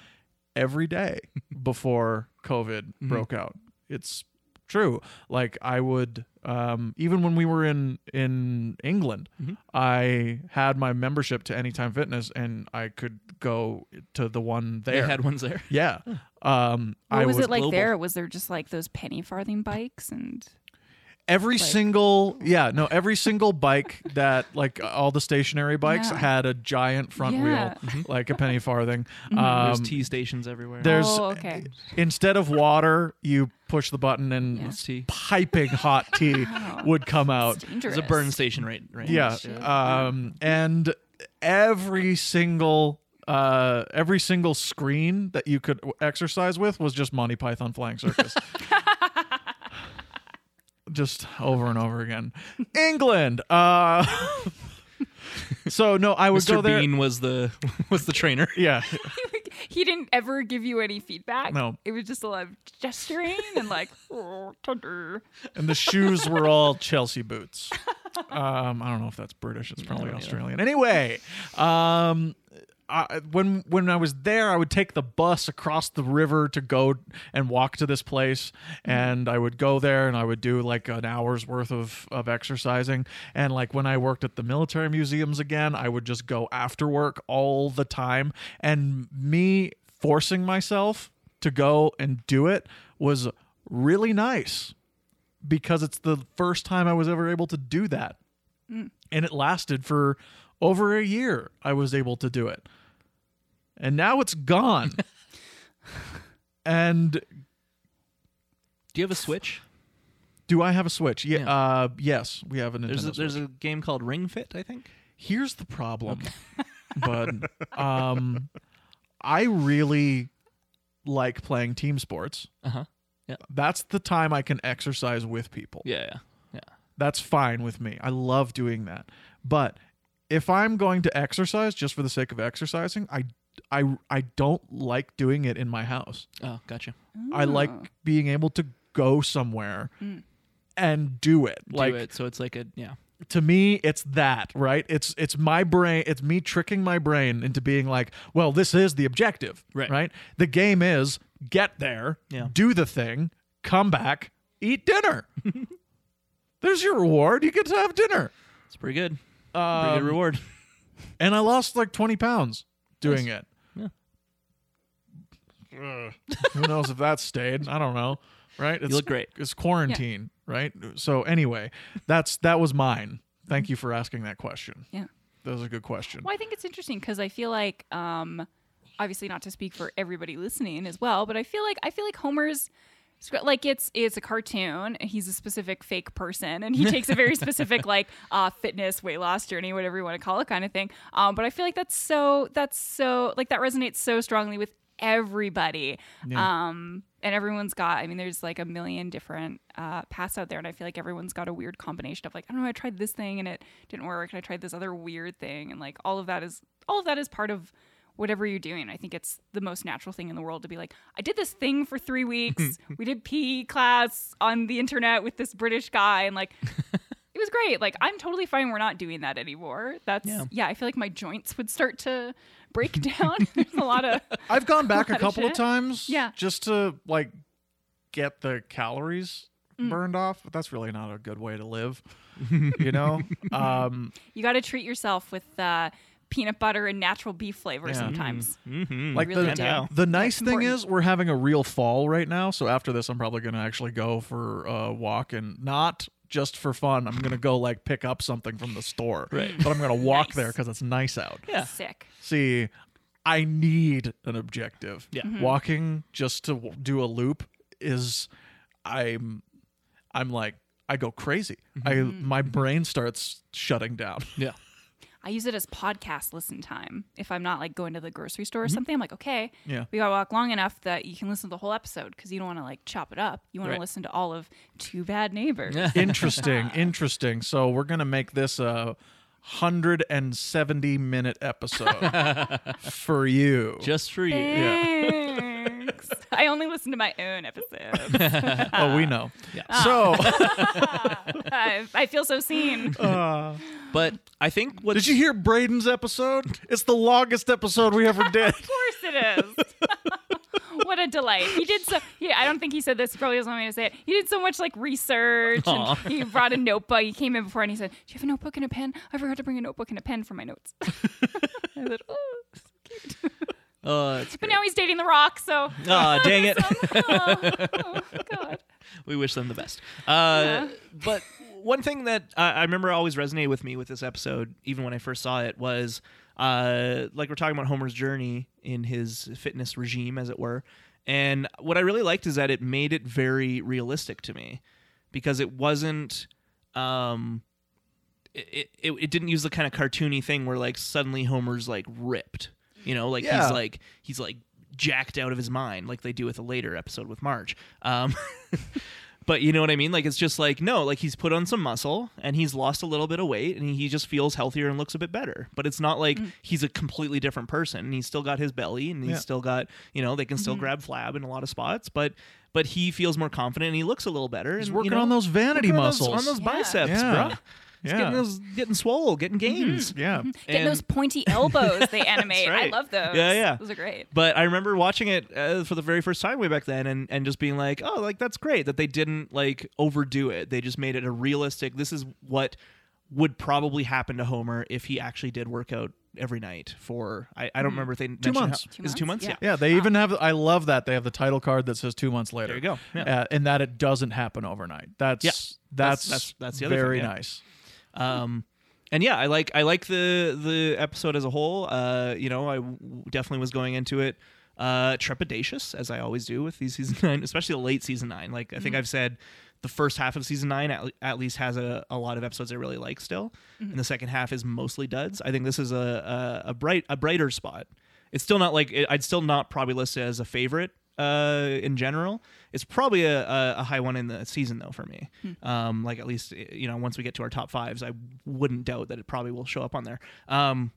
B: every day before COVID
A: Mm-hmm.
B: broke out. It's true. Like I would, um, even when we were in in England,
A: Mm-hmm.
B: I had my membership to Anytime Fitness, and I could go to the one
A: they
B: there.
A: had ones there.
B: yeah. Um,
C: What
B: I
C: was, it like
A: global.
C: there? Was there just like those penny farthing bikes and
B: every single yeah no every single bike that like all the stationary bikes
C: Yeah.
B: had a giant front
C: Yeah. Mm-hmm.
B: wheel like a penny farthing
A: There's
B: um,
A: tea stations everywhere.
B: there's
C: Oh, okay.
B: instead of water you push the button and
C: Yeah.
A: It's tea.
B: piping hot tea would come out
C: dangerous?
A: There's a burn station right right.
B: yeah um and every single uh every single screen that you could exercise with was just monty python flying circus just over and over again england uh so no i would go
A: Mr.
B: there
A: Bean was the was the trainer.
B: yeah
C: he didn't ever give you any feedback.
B: No.
C: It was just a lot of gesturing and like, oh, thunder.
B: and the shoes were all Chelsea boots. Um, I don't know if that's British. It's probably
A: don't either.
B: Australian. Anyway, um, I, when when I was there, I would take the bus across the river to go and walk to this place, and I would go there and I would do like an hour's worth of of exercising. And like when I worked at the military museums again, I would just go after work all the time. And me forcing myself to go and do it was really nice because it's the first time I was ever able to do that. And it lasted for over a year. I was able to do it. And now it's gone. and
A: Do you have a Switch?
B: do I have a Switch? Yeah,
A: Yeah.
B: uh yes, we have a Nintendo.
A: There's a,
B: Switch.
A: there's a game called Ring Fit, I think.
B: Here's the problem. bud. um I really like playing team sports.
A: Uh huh.
B: That's the time I can exercise with people.
A: Yeah, yeah, yeah.
B: That's fine with me. I love doing that. But if I'm going to exercise just for the sake of exercising, I I I don't like doing it in my house.
A: Oh, gotcha.
B: I like being able to go somewhere and do it. like
A: Do it. So it's like a yeah.
B: to me it's that, right? It's it's my brain, it's me tricking my brain into being like, well, this is the objective,
A: Right.
B: right? The game is get there,
A: Yeah.
B: do the thing, come back, eat dinner. There's your reward. You get to have dinner.
A: It's pretty good. Pretty
B: Um,
A: good reward.
B: and I lost like 20 pounds doing it.
A: Yeah.
B: Ugh. Who knows if that stayed? I don't know. Right? It's,
A: look great.
B: It's quarantine, right? So anyway, that's that was mine. Thank you for asking that question.
C: Yeah.
B: That was a good question.
C: Well, I think it's interesting because I feel like, um, obviously, not to speak for everybody listening as well, but I feel like I feel like Homer's sc- like it's it's a cartoon. and He's a specific fake person, and he takes a very specific like uh, fitness, weight loss journey, whatever you want to call it, kind of thing. Um, but I feel like that's so that's so like that resonates so strongly with everybody. Um, and everyone's got, I mean, there's like a million different uh, paths out there. And I feel like everyone's got a weird combination of like, I don't know, I tried this thing and it didn't work. And I tried this other weird thing. And like all of that is, all of that is part of whatever you're doing. I think it's the most natural thing in the world to be like, I did this thing for three weeks. we did PE class on the internet with this British guy. And like, it was great. Like I'm totally fine. We're not doing that anymore. That's yeah.
A: Yeah.
C: I feel like my joints would start to break down. There's a lot of
B: I've gone back
C: lot
B: a
C: of
B: couple of
C: shit.
B: times
C: Yeah.
B: just to like get the calories burned off, but that's really not a good way to live. you know? Um
C: you got to treat yourself with uh, peanut butter and natural beef flavor
B: Yeah.
C: sometimes.
A: Mm-hmm.
B: Like
C: really
B: the,
C: do.
A: Yeah.
B: the nice
C: It's
B: thing
C: important.
B: is we're having a real fall right now. So after this, I'm probably gonna actually go for a walk and not just for fun. I'm gonna go like pick up something from the store.
A: Right.
B: But I'm gonna walk
C: Nice.
B: there because it's nice out.
A: Mm. yeah.
C: Sick.
B: See, I need an objective.
A: Yeah. Mhm.
B: Walking just to w- do a loop is, I'm, I'm like I go crazy. I my brain starts shutting down.
A: Yeah.
C: I use it as podcast listen time. If I'm not like going to the grocery store or something, I'm like, okay,
B: Yeah.
C: we gotta walk long enough that you can listen to the whole episode because you don't want to like chop it up. You want to
A: Right.
C: listen to all of Two Bad Neighbors.
B: interesting interesting so we're gonna make this a 170 minute episode for you
A: Just for you.
C: Thanks. I only listen to my own episodes.
B: oh we know
A: Yeah.
B: so
C: I, I feel so seen.
A: Ah.
B: uh,
A: But I think what
B: did you hear braden's episode it's the longest episode we ever did
C: Of course it is. what a delight. He did so yeah, I don't think he said this, he probably doesn't want me to say it. He did so much like research
A: Aw.
C: and he brought a notebook. He came in before and he said, Do you have a notebook and a pen? I forgot to bring a notebook and a pen for my notes. I said, "Oh."
A: Oh, it's
C: But now he's dating the rock, so
A: Ah, dang it.
C: oh, oh, God.
A: we wish them the best. Uh, But one thing that uh, I remember always resonated with me with this episode, even when I first saw it, was uh, like we're talking about Homer's journey in his fitness regime, as it were. And what I really liked is that it made it very realistic to me because it wasn't. Um, it, it, it didn't use the kind of cartoony thing where like suddenly Homer's like ripped, you know, like
B: Yeah.
A: he's like he's like jacked out of his mind, like they do with a later episode with Marge. Um, but you know what I mean? Like it's just like no, like he's put on some muscle and he's lost a little bit of weight and he just feels healthier and looks a bit better. But it's not like
C: Mm.
A: he's a completely different person. And he's still got his belly and he's
B: Yeah.
A: still got you know they can
C: Mm-hmm.
A: still grab flab in a lot of spots, but but he feels more confident and he looks a little better.
B: he's
A: and,
B: working
A: you know,
B: on those vanity
A: working on those-
B: muscles
A: on those
C: Yeah.
A: biceps,
B: Yeah.
A: bruh. It's getting
B: Yeah.
A: those getting swole, getting gains.
B: Yeah.
C: Mm-hmm. Getting
A: And-
C: those pointy elbows they animate.
A: right.
C: I love those.
A: Yeah, yeah.
C: Those are great.
A: But I remember watching it uh, for the very first time way back then, and and just being like, oh, like that's great that they didn't like overdo it. They just made it a realistic. This is what would probably happen to Homer if he actually did work out every night for I, I don't remember if they two
B: months.
A: How,
C: Mm-hmm. Two
A: is it two
C: months?
A: months? Yeah.
C: Yeah.
B: Yeah, they even have. I love that they have the title card that says two months
A: Ah.
B: later.
A: There you go. Yeah.
B: Uh, and that it doesn't happen overnight. That's
A: Yeah.
B: that's
A: That's-
B: that's,
A: that's- that's the other
B: very
A: thing, yeah.
B: nice.
A: Um, and yeah, I like I like the the episode as a whole. Uh, you know, I w- definitely was going into it uh, trepidatious as I always do with these season nine, especially the late season nine. Like I think I've said, the first half of season nine at, at least has a, a lot of episodes I really like still, and the second half is mostly duds. I think this is a a, a bright a brighter spot. It's still not like it, I'd still not probably list it as a favorite uh, in general. It's probably a, a, a high one in the season though for me. Um, like at least you know once we get to our top fives, I wouldn't doubt that it probably will show up on there. Um,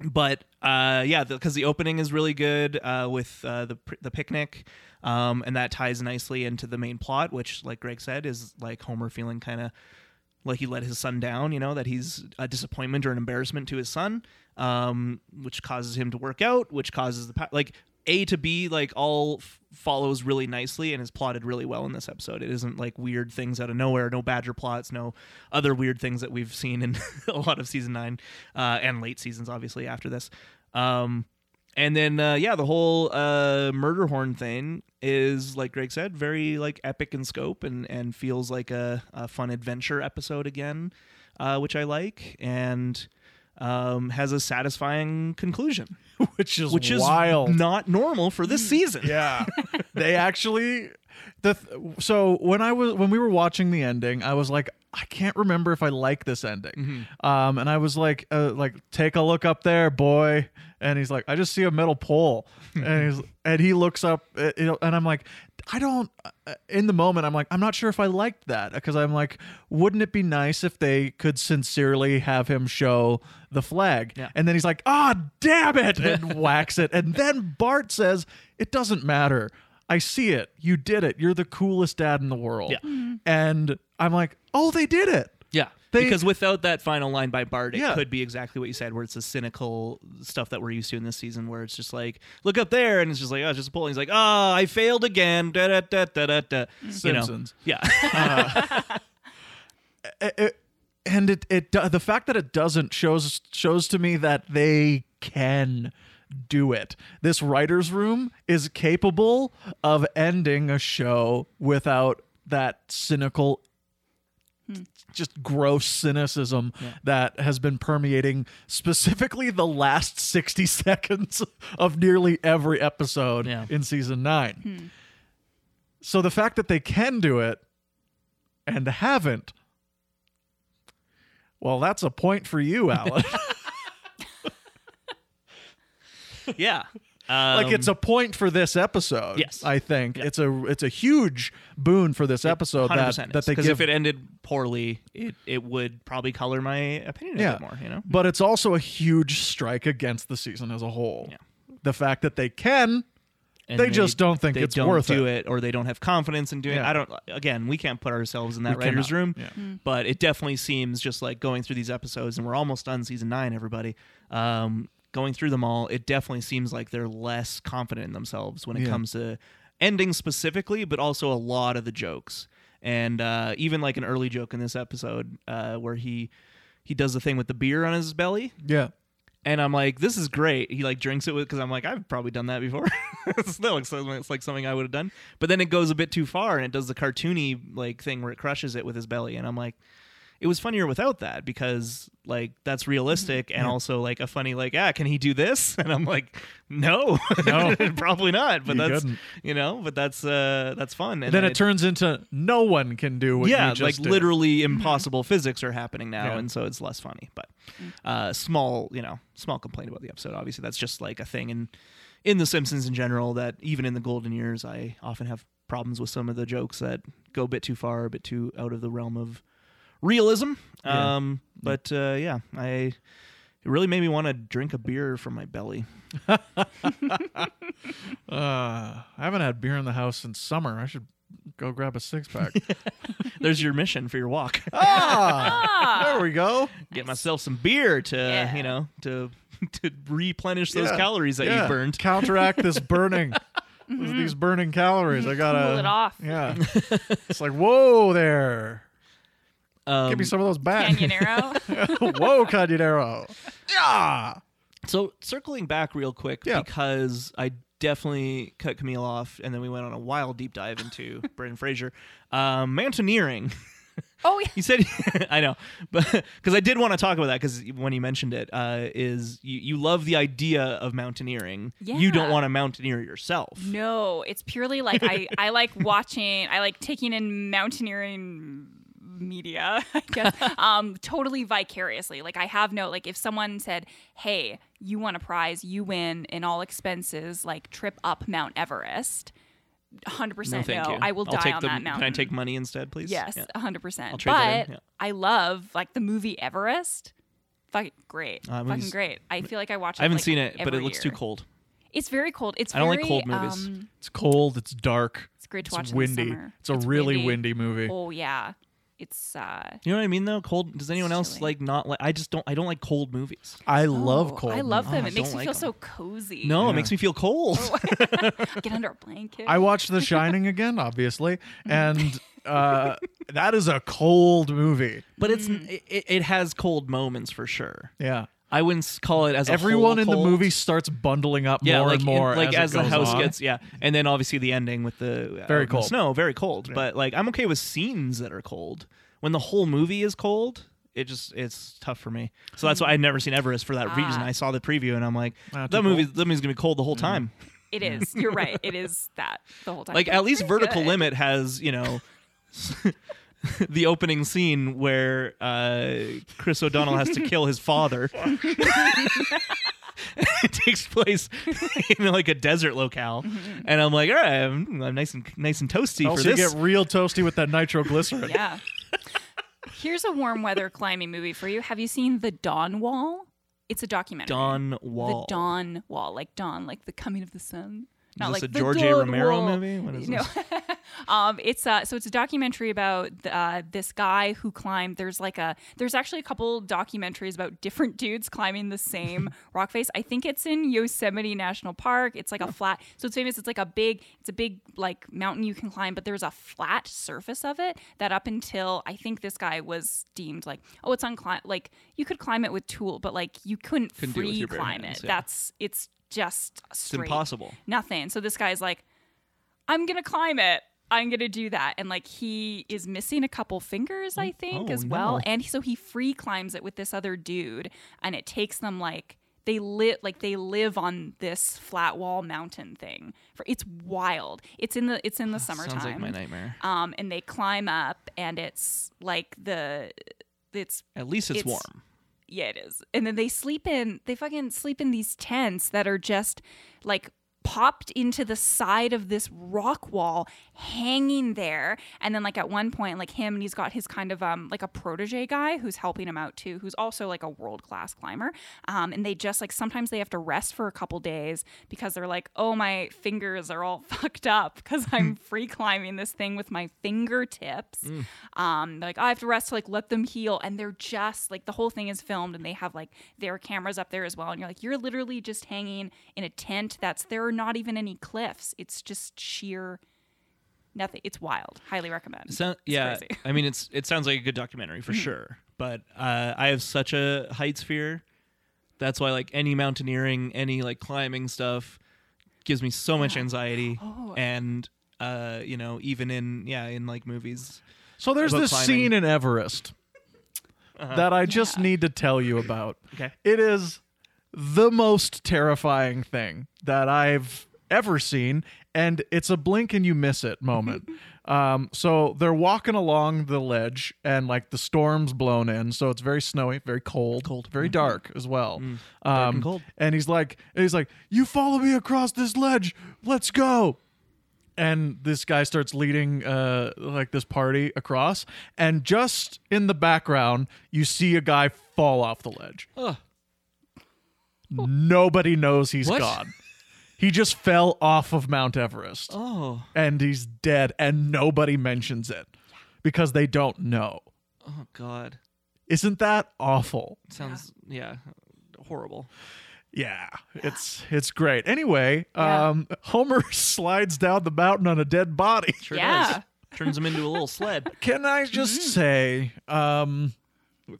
A: but uh, yeah, because the, opening is really good uh, with uh, the pr- the picnic, um, and that ties nicely into the main plot, which, like Greg said, is like Homer feeling kind of like he let his son down. You know that he's a disappointment or an embarrassment to his son, um, which causes him to work out, which causes the pa- like A to B like all f- follows really nicely and is plotted really well in this episode. It isn't like weird things out of nowhere, no badger plots, no other weird things that we've seen in a lot of season nine uh, and late seasons, obviously after this. Um, and then uh, yeah, the whole uh, murder horn thing is like Greg said, very like epic in scope and and feels like a, a fun adventure episode again, uh, which I like and um, has a satisfying conclusion,
B: Which is
A: which is
B: wild.
A: not normal for this season.
B: Yeah, they actually. The th- so when I was when we were watching the ending, I was like, I can't remember if I like this ending. Um, and I was like, uh, like take a look up there, boy. And he's like, I just see a metal pole. and he's and he looks up, uh, you know, and I'm like, I don't. uh, In the moment, I'm like, I'm not sure if I liked that because I'm like, wouldn't it be nice if they could sincerely have him show the flag?
A: Yeah.
B: And then he's like, ah, damn it, and whacks it. And then Bart says, it doesn't matter. I see it. You did it. You're the coolest dad in the world.
A: Yeah.
B: And I'm like, oh, they did it.
A: Yeah.
B: They-
A: because without that final line by Bart, it
B: Yeah.
A: could be exactly what you said, where it's the cynical stuff that we're used to in this season, where it's just like, look up there, and it's just like, oh, it's just a pole. And he's like, oh, I failed again. Da da da da da da. You know?
B: Simpsons.
A: Yeah.
B: I- I- and it it do- the fact that it doesn't shows shows to me that they can do it. This writers room is capable of ending a show without that cynical just gross cynicism that has been permeating specifically the last 60 seconds of nearly every episode
A: Yeah.
B: in season 9. So the fact that they can do it and haven't well, that's a point for you, Alan.
A: yeah.
B: like it's a point for this episode.
A: Um, Yes.
B: I think it's a it's a huge boon for this episode that that they
A: because
B: give.
A: if it ended poorly, it, it would probably color my opinion a
B: yeah,
A: bit more. You know.
B: But it's also a huge strike against the season as a whole.
A: Yeah.
B: The fact that they can,
A: And
B: They just don't think
A: they
B: it's
A: don't
B: worth
A: do it. or they don't have confidence in doing.
B: Yeah.
A: I don't. Again, we can't put ourselves in that
B: We
A: writers'
B: cannot.
A: room,
B: Yeah.
A: but it definitely seems just like going through these episodes, and we're almost done season nine. Everybody, um, going through them all, it definitely seems like they're less confident in themselves when it
B: Yeah.
A: comes to ending specifically, but also a lot of the jokes, and uh, even like an early joke in this episode uh, where he he does the thing with the beer on his belly
B: yeah,
A: and I'm like, this is great. He like drinks it with because I'm like, I've probably done that before. it's, not like something, it's like something I would have done. But then it goes a bit too far and it does the cartoony like thing where it crushes it with his belly, and I'm like, it was funnier without that because like that's realistic
B: Mm-hmm.
A: and also like a funny like, ah, can he do this? And I'm like, no, no, probably not. But
B: You
A: that's
B: couldn't.
A: you know, but that's uh that's fun. And
B: then it turns into no one can do what
A: yeah,
B: you
A: like
B: just did. Mm-hmm.
A: literally impossible physics are happening now,
B: Yeah.
A: and so it's less funny. But uh, small, you know, small complaint about the episode. Obviously, that's just like a thing in in the Simpsons in general. That even in the golden years, I often have problems with some of the jokes that go a bit too far, a bit too out of the realm of realism.
B: Yeah.
A: Um, but uh, yeah, I. It really made me want to drink a beer from my belly.
B: Uh, I haven't had beer in the house since summer. I should go grab a six pack.
A: There's your mission for your walk.
B: ah,
C: Ah,
B: there we go.
A: Get myself some beer to
C: Yeah.
A: you know to to replenish those
B: Yeah,
A: calories that
B: yeah.
A: you burned.
B: Counteract this burning. These- These burning calories. I gotta
C: Mm-hmm. Cool it off.
B: Yeah. it's like whoa there.
A: Um,
B: Give me some of those back.
C: Canyonero.
B: whoa, Canyonero. Yeah.
A: So circling back real quick
B: Yeah.
A: because I definitely cut Camille off, and then we went on a wild deep dive into Brendan Fraser, um, mountaineering.
C: oh yeah.
A: You said I know, but because I did want to talk about that because when you mentioned it, uh, is you, you love the idea of mountaineering. You don't
C: Yeah.
A: want to mountaineer yourself.
C: No, it's purely like I, I like watching, I like taking in mountaineering media, I guess, um, totally vicariously. Like I have no, like if someone said, hey, you won a prize, you win in all expenses, like trip up Mount Everest, 100% no.
A: No, thank you.
C: I will
A: I'll
C: die
A: take
C: on
A: the,
C: that mountain.
A: Can I take money instead, please?
C: Yes,
A: Yeah.
C: 100%.
A: I'll trade that in,
C: but
A: yeah.
C: I love like the movie Everest. Fucking great.
A: I haven't
C: Fucking
A: s-
C: great. I feel like I watch it.
A: I haven't
C: like,
A: seen it, but
C: every
A: it looks
C: year.
A: too cold.
C: It's very cold. It's
A: I don't like
C: very,
A: cold movies.
C: um,
B: It's cold. It's dark.
C: It's great to watch
B: It's
C: in the
B: windy.
C: summer.
B: It's a really windy,
C: windy.
B: movie.
C: Oh yeah, it's uh.
A: You know what I mean, though. Cold. Does anyone else
C: chilly.
A: like not like? I just don't. I don't like cold movies.
B: I
C: oh,
B: love cold.
C: I love
B: movies.
C: them.
A: Oh, I
C: it makes
A: don't
C: me
A: like
C: feel
A: them.
C: so cozy.
A: No,
B: Yeah.
A: it makes me feel cold.
C: Oh. get under a blanket.
B: I watched The Shining again, obviously,
C: Mm-hmm.
B: and uh, that is a cold movie.
A: But it's it, it has cold moments for sure.
B: Yeah.
A: I wouldn't s- call it as a
B: Everyone
A: whole
B: in
A: cold.
B: the movie starts bundling up
A: Yeah,
B: more
A: like
B: and
A: in-
B: more
A: like
B: as,
A: as,
B: it
A: the
B: goes
A: house
B: on.
A: gets yeah, and then obviously the ending with the uh,
B: Very
A: the
B: cold.
A: snow, very cold. But like I'm okay with scenes that are cold. When the whole movie is cold, it just it's tough for me. So that's why I'd never seen Everest for that reason.
C: Ah.
A: I saw the preview and I'm like,
B: Ah, too Mm-hmm.
A: that movie that movie's gonna be cold the whole time.
C: it is. You're right. It is that the whole time.
A: Like
C: But
A: at
C: it's
A: least
C: pretty
A: Vertical
C: good.
A: Limit has you know. the opening scene where uh, Chris O'Donnell has to kill his father. it takes place in like a desert locale,
C: Mm-hmm.
A: and I'm like, all right, I'm, I'm nice and nice and toasty for
B: Also, Oh, you
A: this.
B: get real toasty with that nitroglycerin.
C: Yeah. Here's a warm weather climbing movie for you. Have you seen The Dawn Wall? It's a documentary.
A: Don Wall.
C: The Dawn Wall, like dawn, like the coming of the sun.
A: Is
C: Not
A: this
C: like
A: a
C: the
A: George A.
C: dawn
A: Romero
C: wall.
A: movie? What is
C: no.
A: this?
C: um, it's uh, so it's a documentary about uh, this guy who climbed. There's like a there's actually a couple documentaries about different dudes climbing the same rock face. I think it's in Yosemite National Park. It's
A: Oh.
C: like a flat. So it's famous. It's like a big. It's a big like mountain you can climb, but there's a flat surface of it that up until I think this guy was deemed like oh it's unclimb like you could climb it with tool, but like you couldn't,
A: Couldn't do it with
C: free
A: your bare
C: climb
A: hands,
C: it.
A: yeah.
C: That's it's just
A: It's
C: straight
A: impossible.
C: nothing. So this guy's like, I'm gonna climb it. I'm gonna do that. And like he is missing a couple fingers, I think,
A: oh,
C: as well.
A: no.
C: And so he free climbs it with this other dude, and it takes them like they live like they live on this flat wall mountain thing. For it's wild. It's in the it's in the summertime
A: Sounds like my nightmare.
C: um, and they climb up and it's like the it's
A: At least it's,
C: it's-
A: warm.
C: yeah it is and then they sleep in they fucking sleep in these tents that are just like popped into the side of this rock wall hanging there and then like at one point like him and he's got his kind of um like a protege guy who's helping him out too who's also like a world class climber um and they just like sometimes they have to rest for a couple days because they're like oh my fingers are all fucked up because i'm
B: Hmm.
C: free climbing this thing with my fingertips
B: Mm.
C: um, they're like, I have to rest to like let them heal. And they're just like the whole thing is filmed and they have like their cameras up there as well. And you're like, you're literally just hanging in a tent that's there are not even any cliffs. It's just sheer nothing. It's wild. Highly recommend.
A: So, yeah,
C: crazy.
A: I mean, it's it sounds like a good documentary for sure. But uh, I have such a heights fear. That's why, like any mountaineering, any like climbing stuff, gives me so much anxiety.
C: Oh.
A: And uh, you know, even in yeah, in like movies,
B: So there's
A: About
B: this
A: climbing.
B: scene in Everest that I just need to tell you about.
A: Okay.
B: It is the most terrifying thing that I've ever seen, and it's a blink and you miss it moment. um, so they're walking along the ledge, and like the storm's blown in, so it's very snowy, very cold, cold, very dark as well. um,
A: Mm-hmm. Mm. and cold.
B: and he's like, and he's like, you follow me across this ledge. Let's go and this guy starts leading uh like this party across and just in the background you see a guy fall off the ledge
A: Ugh.
B: nobody knows he's
A: What?
B: gone He just fell off of Mount Everest
A: Oh,
B: and he's dead, and nobody mentions it because they don't know.
A: oh God.
B: Isn't that awful?
A: Sounds yeah, horrible.
B: Yeah, it's it's great. Anyway,
C: Yeah.
B: um, Homer slides down the mountain on a dead body.
A: Sure
C: Yeah.
A: does. Turns him into a little sled.
B: Can I just say um,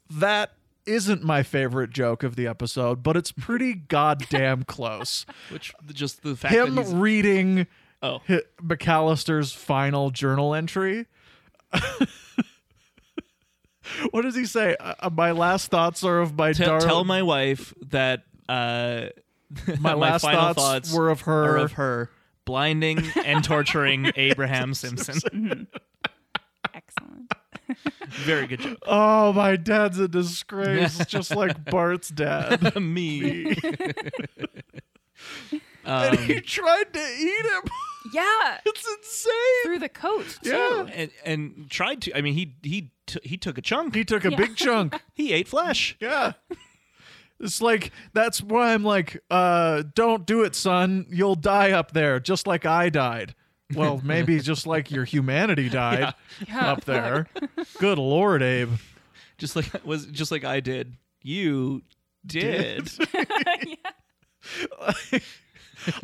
B: that isn't my favorite joke of the episode, but it's pretty goddamn close.
A: Which just the fact that he's
B: Him reading
A: oh
B: hi- McAllister's final journal entry. what does he say? Uh, uh, my last thoughts are of my
A: Te-
B: darling.
A: tell my wife that uh,
B: my last
A: final
B: thoughts,
A: thoughts
B: were of her.
A: are of her blinding and torturing Abraham Simpson.
C: Excellent.
A: Very good job.
B: Oh, my dad's a disgrace, just like Bart's
A: Um,
B: dad.
A: Me.
B: and
A: um,
B: he tried to eat him.
C: Yeah.
B: it's insane.
C: Through the coat. Too.
B: Yeah.
A: and, and tried to. I mean, he he t- he took a chunk.
B: He took a
C: Yeah.
B: big chunk.
A: He ate flesh.
B: Yeah. It's like that's why I'm like, uh, don't do it, son. You'll die up there, just like I died. Well, maybe just like your humanity died
C: Yeah.
B: up there. Good lord, Abe.
A: Just like was just like I did. You did.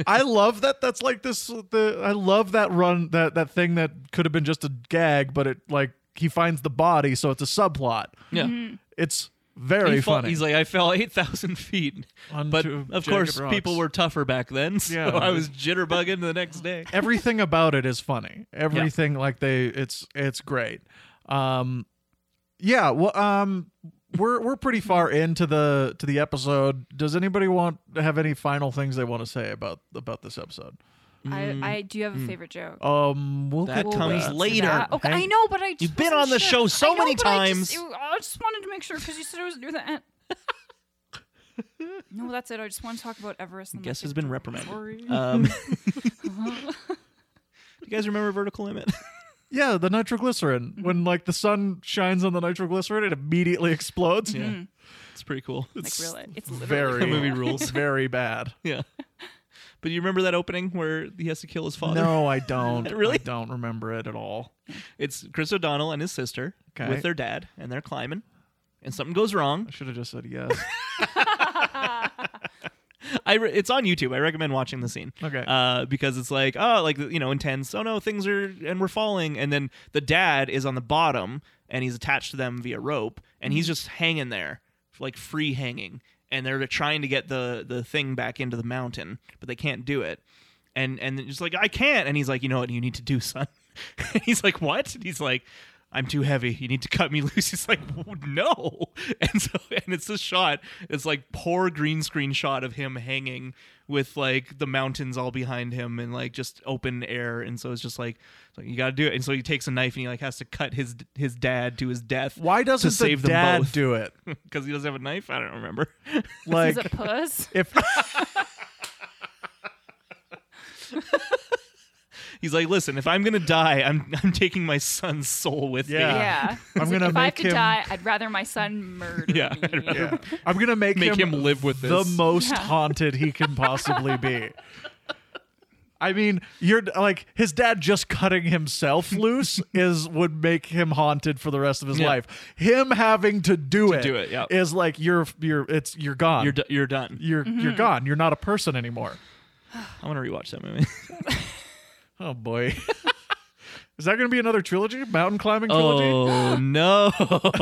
B: I love that. That's like this. The I love that run. That that thing that could have been just a gag, but it like he finds the body, so it's a subplot.
A: Yeah.
B: It's very
A: He fall-
B: funny.
A: He's like, I fell 8,000 feet.
B: Onto
A: but
B: jagged
A: of course,
B: rocks.
A: people were tougher back then. So
B: Yeah.
A: I was jitterbugging the next day.
B: everything about it is funny. Everything like they it's it's great. Um yeah, well um we're we're pretty far into the to the episode. Does anybody want have any final things they want to say about about this episode?
C: I, I
B: Mm.
C: do have a favorite joke.
B: Um we'll
A: That
B: get to
A: comes
B: that.
A: late. later.
C: Yeah, Okay,
B: Hang-
C: I know, but I just
A: You've been
C: wasn't
A: on the
C: sure.
A: show so
C: I know,
A: many
C: but I
A: times.
C: just- it- I just wanted to make sure because you said it was near the end. no, that's it. I just want to talk about Everest. And
A: Guess
C: has
A: has been reprimanded. Um, do you guys remember Vertical Limit?
B: Yeah, the nitroglycerin.
A: Mm-hmm.
B: When like the sun shines on the nitroglycerin, it immediately explodes.
A: Yeah. It's pretty cool.
C: Like really, it's literally
B: Very
A: The movie rules.
B: Very bad.
A: Yeah. But you remember that opening where he has to kill his father?
B: No, I don't.
A: Really?
B: I don't remember it at all.
A: It's Chris O'Donnell and his sister
B: Okay.
A: with their dad, and they're climbing, and something goes wrong.
B: I should have just said yes.
A: I re- it's on YouTube. I recommend watching the scene.
B: Okay.
A: Uh, because it's like oh, like you know, intense. Oh no, things are and we're falling, and then the dad is on the bottom and he's attached to them via rope, and
C: Mm-hmm.
A: he's just hanging there, like free hanging, and they're trying to get the the thing back into the mountain, but they can't do it, and and just like I can't, and he's like, you know what, you need to do, son. he's like, what? And he's like. I'm too heavy. You need to cut me loose. He's like, no. And so, and it's this shot. It's like poor green screen shot of him hanging with like the mountains all behind him and like just open air. And so it's just like, it's like, you got to do it. And so he takes a knife and he like has to cut his his dad to his death.
B: Why doesn't
A: to save
B: the dad
A: them both?
B: do it?
A: Because he doesn't have a knife. I don't remember.
B: Like
C: He's a puss.
B: if
A: He's like, listen, if I'm gonna die, I'm I'm taking my son's soul with
B: Yeah.
A: me.
C: Yeah,
B: I'm gonna
C: if I have
B: make
C: to
B: him-
C: die, I'd rather my son murder
A: Yeah,
C: me.
A: I'd rather-
B: Yeah. I'm gonna make,
A: Make
B: him,
A: him live with this.
B: the most
C: Yeah.
B: haunted he can possibly be. I mean, you're like his dad just cutting himself loose is would make him haunted for the rest of his
A: Yeah.
B: life. Him having to do it,
A: do it, yeah.
B: is like you're you're it's you're gone.
A: you're d- you're done.
B: you're
C: Mm-hmm.
B: you're gone. You're not a person anymore.
A: I want to rewatch that movie.
B: Oh boy. Is that going to be another trilogy? Mountain climbing trilogy?
A: oh no.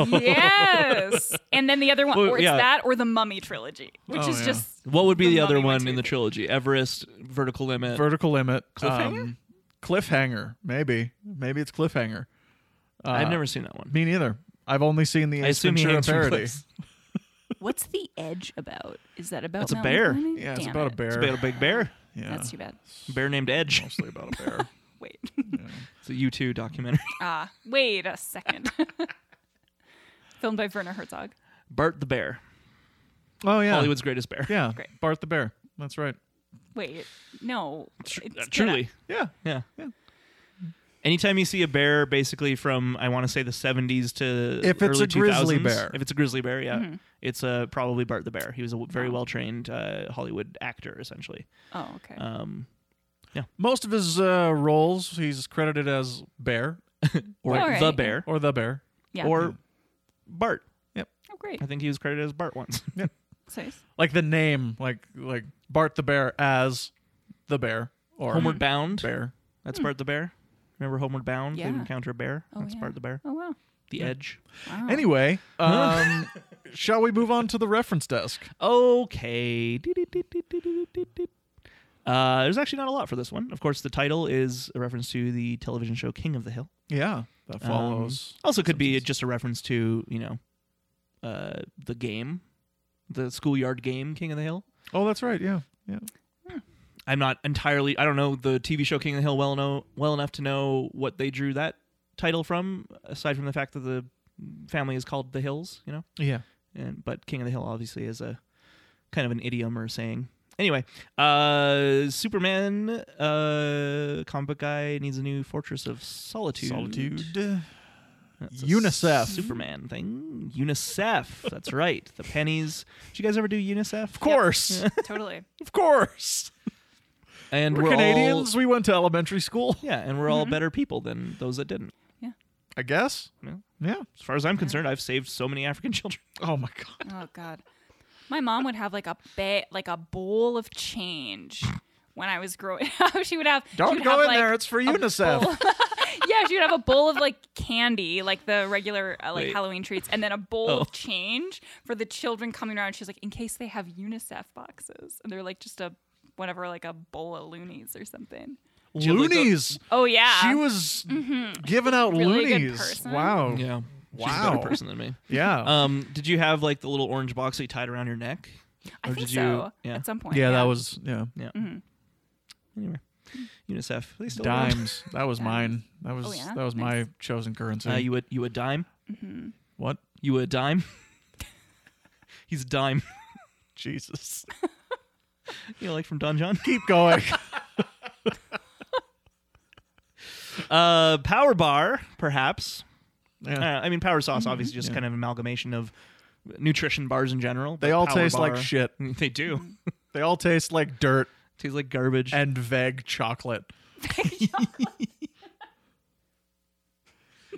C: yes, and then the other one,
A: Well,
C: or it's
A: yeah.
C: that, or the Mummy trilogy, which
B: Oh,
C: is
B: yeah.
C: just
A: What would be the,
C: The
A: other
C: Mummy
A: one
C: too.
A: in the trilogy? Everest, Vertical Limit.
B: Vertical limit.
A: Cliffhanger?
B: Um, cliffhanger. Maybe. Maybe it's cliffhanger. Uh,
A: I've never seen that one.
B: Me neither. I've only seen the
A: I
B: Ace
A: assume he
B: Ventura
A: hangs from
B: parody.
A: cliffs.
C: what's the edge about? Is that about?
A: It's a
C: mountain
A: bear.
C: climbing?
B: Yeah, it's
C: Damn
B: about
C: it.
B: a bear.
A: It's about a big bear.
B: Yeah,
C: That's too bad.
A: Bear named Edge.
B: mostly about a bear.
C: Wait,
A: It's a U2 documentary.
C: ah, wait a second. Filmed by Werner Herzog.
A: Bart the Bear.
B: oh yeah,
A: Hollywood's greatest bear.
B: Yeah,
C: Great.
B: Bart the bear. That's right.
C: Wait, no.
A: Tr-
C: it's
A: uh,
C: gonna-
A: truly.
B: Yeah,
A: Yeah. Anytime you see a bear, basically from I want to say the 70s to
D: If it's
A: early
D: a grizzly
A: 2000s,
D: bear.
A: if it's a grizzly bear, yeah, it's uh, probably Bart the bear. He was a w- very well trained uh, Hollywood actor, essentially.
C: Oh, okay.
B: Uh,
A: Um,
B: Most of his uh, roles, he's credited as Bear
A: or
C: All
A: the
C: right.
A: bear,
B: or the Bear.
C: yeah.
A: or Bart.
C: oh, great.
A: I think he was credited as Bart once.
C: So it's-
B: Like the name, like like Bart the Bear as the Bear or
A: Homeward Bound.
B: Bear.
A: That's Bart the bear. Remember Homeward Bound?
C: Yeah.
A: They encounter a bear.
C: Oh,
A: That's
C: yeah.
A: Bart the bear.
C: Oh wow.
A: The Edge.
C: Wow.
B: Anyway, um, shall we move on to the reference desk?
A: Okay. Dee-dee-dee-dee-dee-dee-dee-dee. Uh, there's actually not a lot for this one. Of course, the title is a reference to the television show King of the Hill.
B: Yeah, that
A: Um,
B: follows.
A: also, could be just a reference to you know, uh, the game, the schoolyard game King of the Hill.
B: oh, that's right. Yeah, yeah.
A: I'm not entirely. I don't know the TV show King of the Hill well know well enough to know what they drew that title from. Aside from the fact that the family is called the Hills, you know.
B: Yeah.
A: and but King of the Hill obviously is a kind of an idiom or saying. Anyway, uh, Superman, uh, comic book guy needs a new fortress of solitude. That's a
B: UNICEF.
A: Superman thing. UNICEF. That's right. The pennies. Did you guys ever do UNICEF?
B: Of course.
C: totally.
B: Of course.
A: And
B: We're,
A: we're, all-
B: Canadians. Mm-hmm. we went to elementary school.
A: yeah, and we're all better people than those that didn't.
B: I guess.
A: Yeah.
B: Yeah.
A: As far as I'm concerned, I've saved so many African children.
B: Oh my god.
C: Oh God, my mom would have like a ba- like a bowl of change when I was growing up. she would have she
B: Don't
C: would
B: go
C: have,
B: in
C: like,
B: there. It's for
C: a
B: UNICEF.
C: bowl- yeah, she would have a bowl of like candy, like the regular uh, like
A: Wait.
C: Halloween treats, and then a bowl
A: Oh.
C: of change for the children coming around. She's like, in case they have UNICEF boxes, and they're like just a whatever, like a bowl of loonies or something.
B: Loonies.
C: Oh yeah,
B: She was giving out
C: Mm-hmm. Really good
B: loonies.
C: person.
B: Wow.
A: She's a
B: Oh. Wow. Oh.
A: better person than me.
B: Yeah.
A: Um, did you have like the little orange box that you tied around your neck?
C: I
A: or
C: think
A: did you-
C: so.
A: yeah.
C: At some point,
B: yeah, that was yeah.
A: Yeah. Anyway, UNICEF. They still around?
B: Dimes. That was mine. That was
C: Oh, yeah?
B: that was my chosen currency.
A: Uh, you would you would dime?
B: what?
A: You would dime? He's a dime.
B: Jesus.
A: you know, like from Don John.
B: Keep going.
A: Uh, power bar, perhaps.
B: Yeah.
A: Uh, I mean, power sauce obviously just kind of amalgamation of nutrition bars in general.
B: They
A: but
B: all
A: Power
B: taste like
A: Bar-
B: shit.
A: They do.
B: They all taste like dirt
A: Tastes like garbage.
B: and vague chocolate.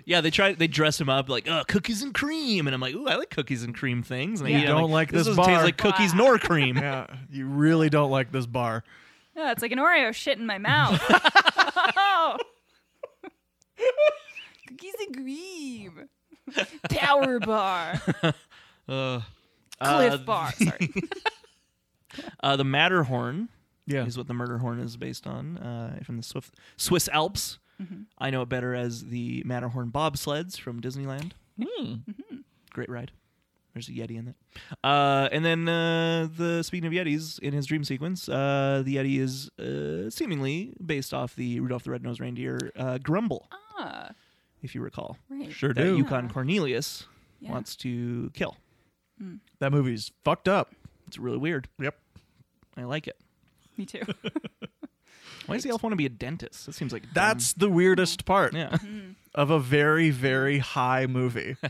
A: yeah, they try. They dress him up like uh, cookies and cream, and I'm like, ooh, I like cookies and cream things. And I
C: Yeah.
A: eat it, I'm
B: Don't like this
A: doesn't taste
B: bar."
A: like cookies nor cream.
B: Yeah, you really don't like this bar.
C: Yeah, it's like an Oreo shit in my mouth. Cookies and cream. Power bar.
A: Uh,
C: Cliff
A: uh,
C: bar. Sorry.
A: Uh, the Matterhorn
B: Yeah.
A: is what the murder horn is based on uh, from the Swift, Swiss Alps.
C: Mm-hmm.
A: I know it better as the Matterhorn bobsleds from Disneyland.
B: Hmm.
C: Mm-hmm.
A: Great ride. There's a Yeti in that. Uh, and then uh, the speaking of Yetis in his dream sequence, uh, the Yeti is uh, seemingly based off the Rudolph the Red-Nosed Reindeer uh, Grumble,
C: Ah,
A: if you recall,
C: right.
B: Sure
A: that
B: do.
A: Yukon Cornelius
C: Yeah.
A: wants to kill.
B: that movie's fucked up.
A: It's really weird.
B: Yep.
A: I like it.
C: Me too.
A: Why does the elf want to be a dentist? That seems like dumb.
B: That's the weirdest part
A: yeah.
C: Mm-hmm.
B: of a very, very high movie.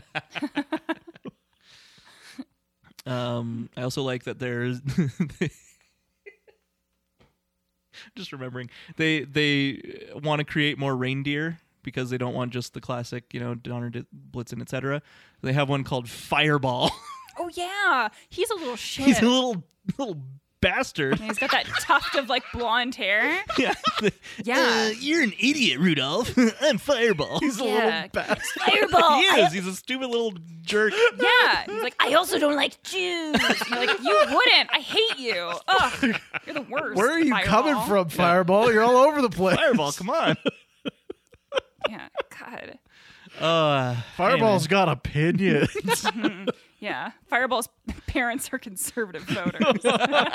A: Um, I also like that there's. just remembering they they want to create more reindeer because they don't want just the classic you know Donner D- Blitzen etc. They have one called Fireball.
C: Oh yeah, he's a little shit.
A: He's a little little bastard.
C: And he's got that tuft of like blonde hair.
A: yeah.
C: Yeah.
A: Uh, you're an idiot, Rudolph. I'm Fireball. He's
B: He's a
C: Yeah.
B: little bastard.
C: Fireball.
A: he
C: I-
A: is. He's a stupid little jerk.
C: yeah. He's like, I also don't like Jews. And you're like, you wouldn't. I hate you. Ugh, you're the worst.
B: Where are you
C: Fireball."
B: coming from, Fireball? You're all over the place.
A: Fireball, come on.
C: Yeah. God.
A: Uh,
B: Fireball's got opinions.
C: Yeah. Fireball's parents are conservative voters.
A: anyway.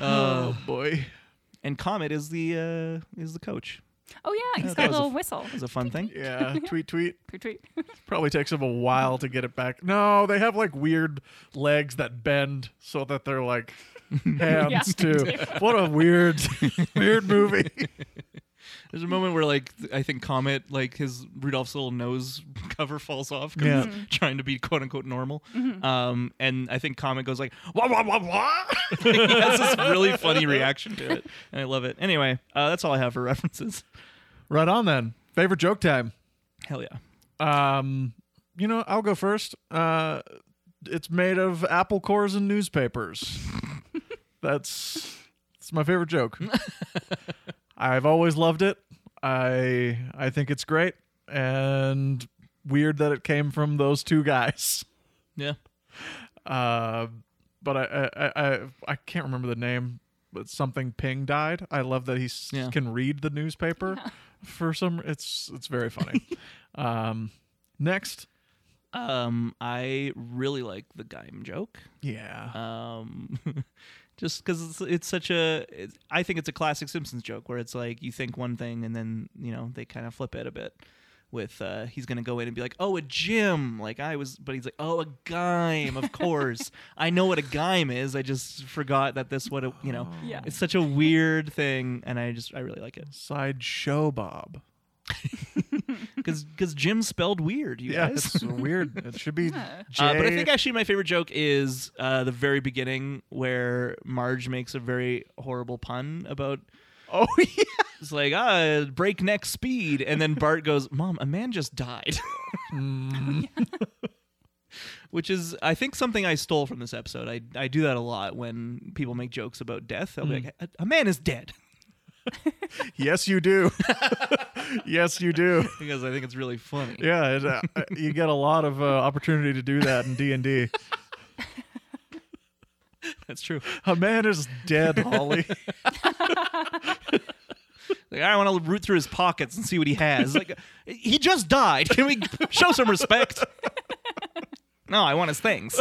A: Uh,
B: boy. Oh,
A: and Comet uh, is the uh, is the coach.
C: Oh yeah, he's
A: that
C: got a
A: was a
C: little
A: f-
C: whistle.
A: That was a fun thing.
B: Yeah, tweet, tweet.
C: Tweet, tweet.
B: Probably takes them a while to get it back. No, they have like weird legs that bend so that they're like hands
C: Yeah, they
B: too.
C: do.
B: What a weird, weird movie.
A: There's a moment where like th- I think Comet like his Rudolph's little nose cover falls off because
B: Yeah.
A: he's trying to be quote unquote normal. Um, and I think Comet goes like wah wah wah wah. he has this really funny reaction to it, and I love it. Anyway, uh, that's all I have for references.
B: Right on then. Favorite joke time.
A: Hell yeah.
B: Um, you know, I'll go first. Uh, it's made of apple cores and newspapers. that's that's my favorite joke. I've always loved it. I I think it's great and weird that it came from those two guys.
A: Yeah.
B: Uh, but I I, I I- I can't remember the name. But something Ping died. I love that he s-
A: Yeah.
B: can read the newspaper. For some, it's it's very funny. um, next,
A: Um, I really like the Gaim joke.
B: yeah,
A: um just because it's, it's such a it's, i think it's a classic simpsons joke where it's like you think one thing and then you know they kind of flip it a bit with uh he's gonna go in and be like oh a gym like i was but he's like oh a gime of course i know what a gime is i just forgot that this what a you know
C: Yeah.
A: it's such a weird thing and i just i really like it
B: sideshow Bob.
A: because because jim spelled weird you
B: Yeah,
A: guys
B: it's weird. It should be. J-
A: Uh, but I think actually my favorite joke is uh, the very beginning where Marge makes a very horrible pun about
B: oh yeah,
A: it's like ah breakneck speed, and then Bart goes, "Mom, a man just died," which is I think something I stole from this episode. I I do that a lot when people make jokes about death. I'll be
C: Mm.
A: like, "A, a man is dead,"
B: yes you do. yes you do.
A: because I think it's really funny.
B: Yeah, it, uh, you get a lot of uh, opportunity to do that in D and D.
A: That's true.
B: A man is dead, Holly.
A: Like I want to root through his pockets and see what he has. Like he just died. Can we show some respect? No, I want his things.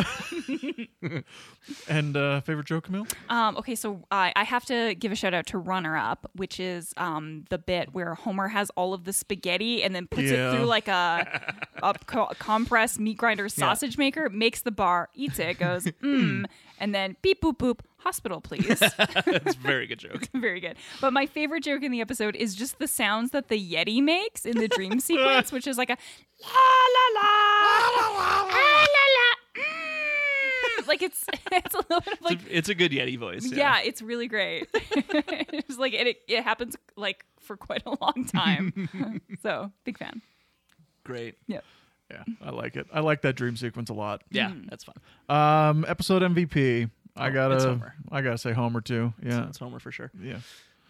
B: and uh, favorite joke, Camille?
C: Um, okay, so I, I have to give a shout out to Runner Up, which is um, the bit where Homer has all of the spaghetti and then puts
B: Yeah.
C: it through like a, a co- compressed meat grinder sausage maker, makes the bar, eats it, goes, mmm, and then beep, boop, boop, hospital, please.
A: It's a very good joke.
C: Very good. But my favorite joke in the episode is just the sounds that the Yeti makes in the dream sequence, which is like a la la la, la la la, mm. like it's it's a little bit of like
A: it's, a, it's a good Yeti voice.
C: yeah, it's really great. it's like it, it happens like for quite a long time. so big fan.
A: Great.
C: Yeah.
B: Yeah, I like it. I like that dream sequence a lot.
A: Yeah,
C: Mm.
A: that's fun.
B: Um, episode MVP. I
A: Oh,
B: gotta,
A: it's Homer.
B: I gotta say Homer too. Yeah,
A: That's Homer for sure.
B: yeah.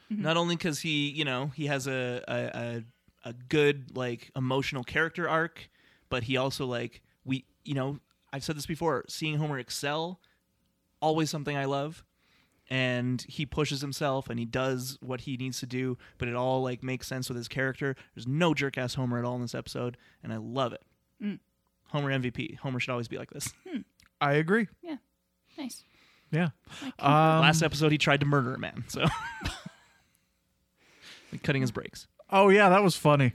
A: Not only because he, you know, he has a, a a a good like emotional character arc, but he also like we, you know, I've said this before. Seeing Homer excel, always something I love, and he pushes himself and he does what he needs to do, but it all like makes sense with his character. There's no jerk ass Homer at all in this episode, and I love it. Homer MVP. Homer should always be like this.
B: I agree.
C: Yeah. Nice.
B: Yeah. Um,
A: Last episode, he tried to murder a man, so Like cutting his brakes.
B: oh yeah, that was funny.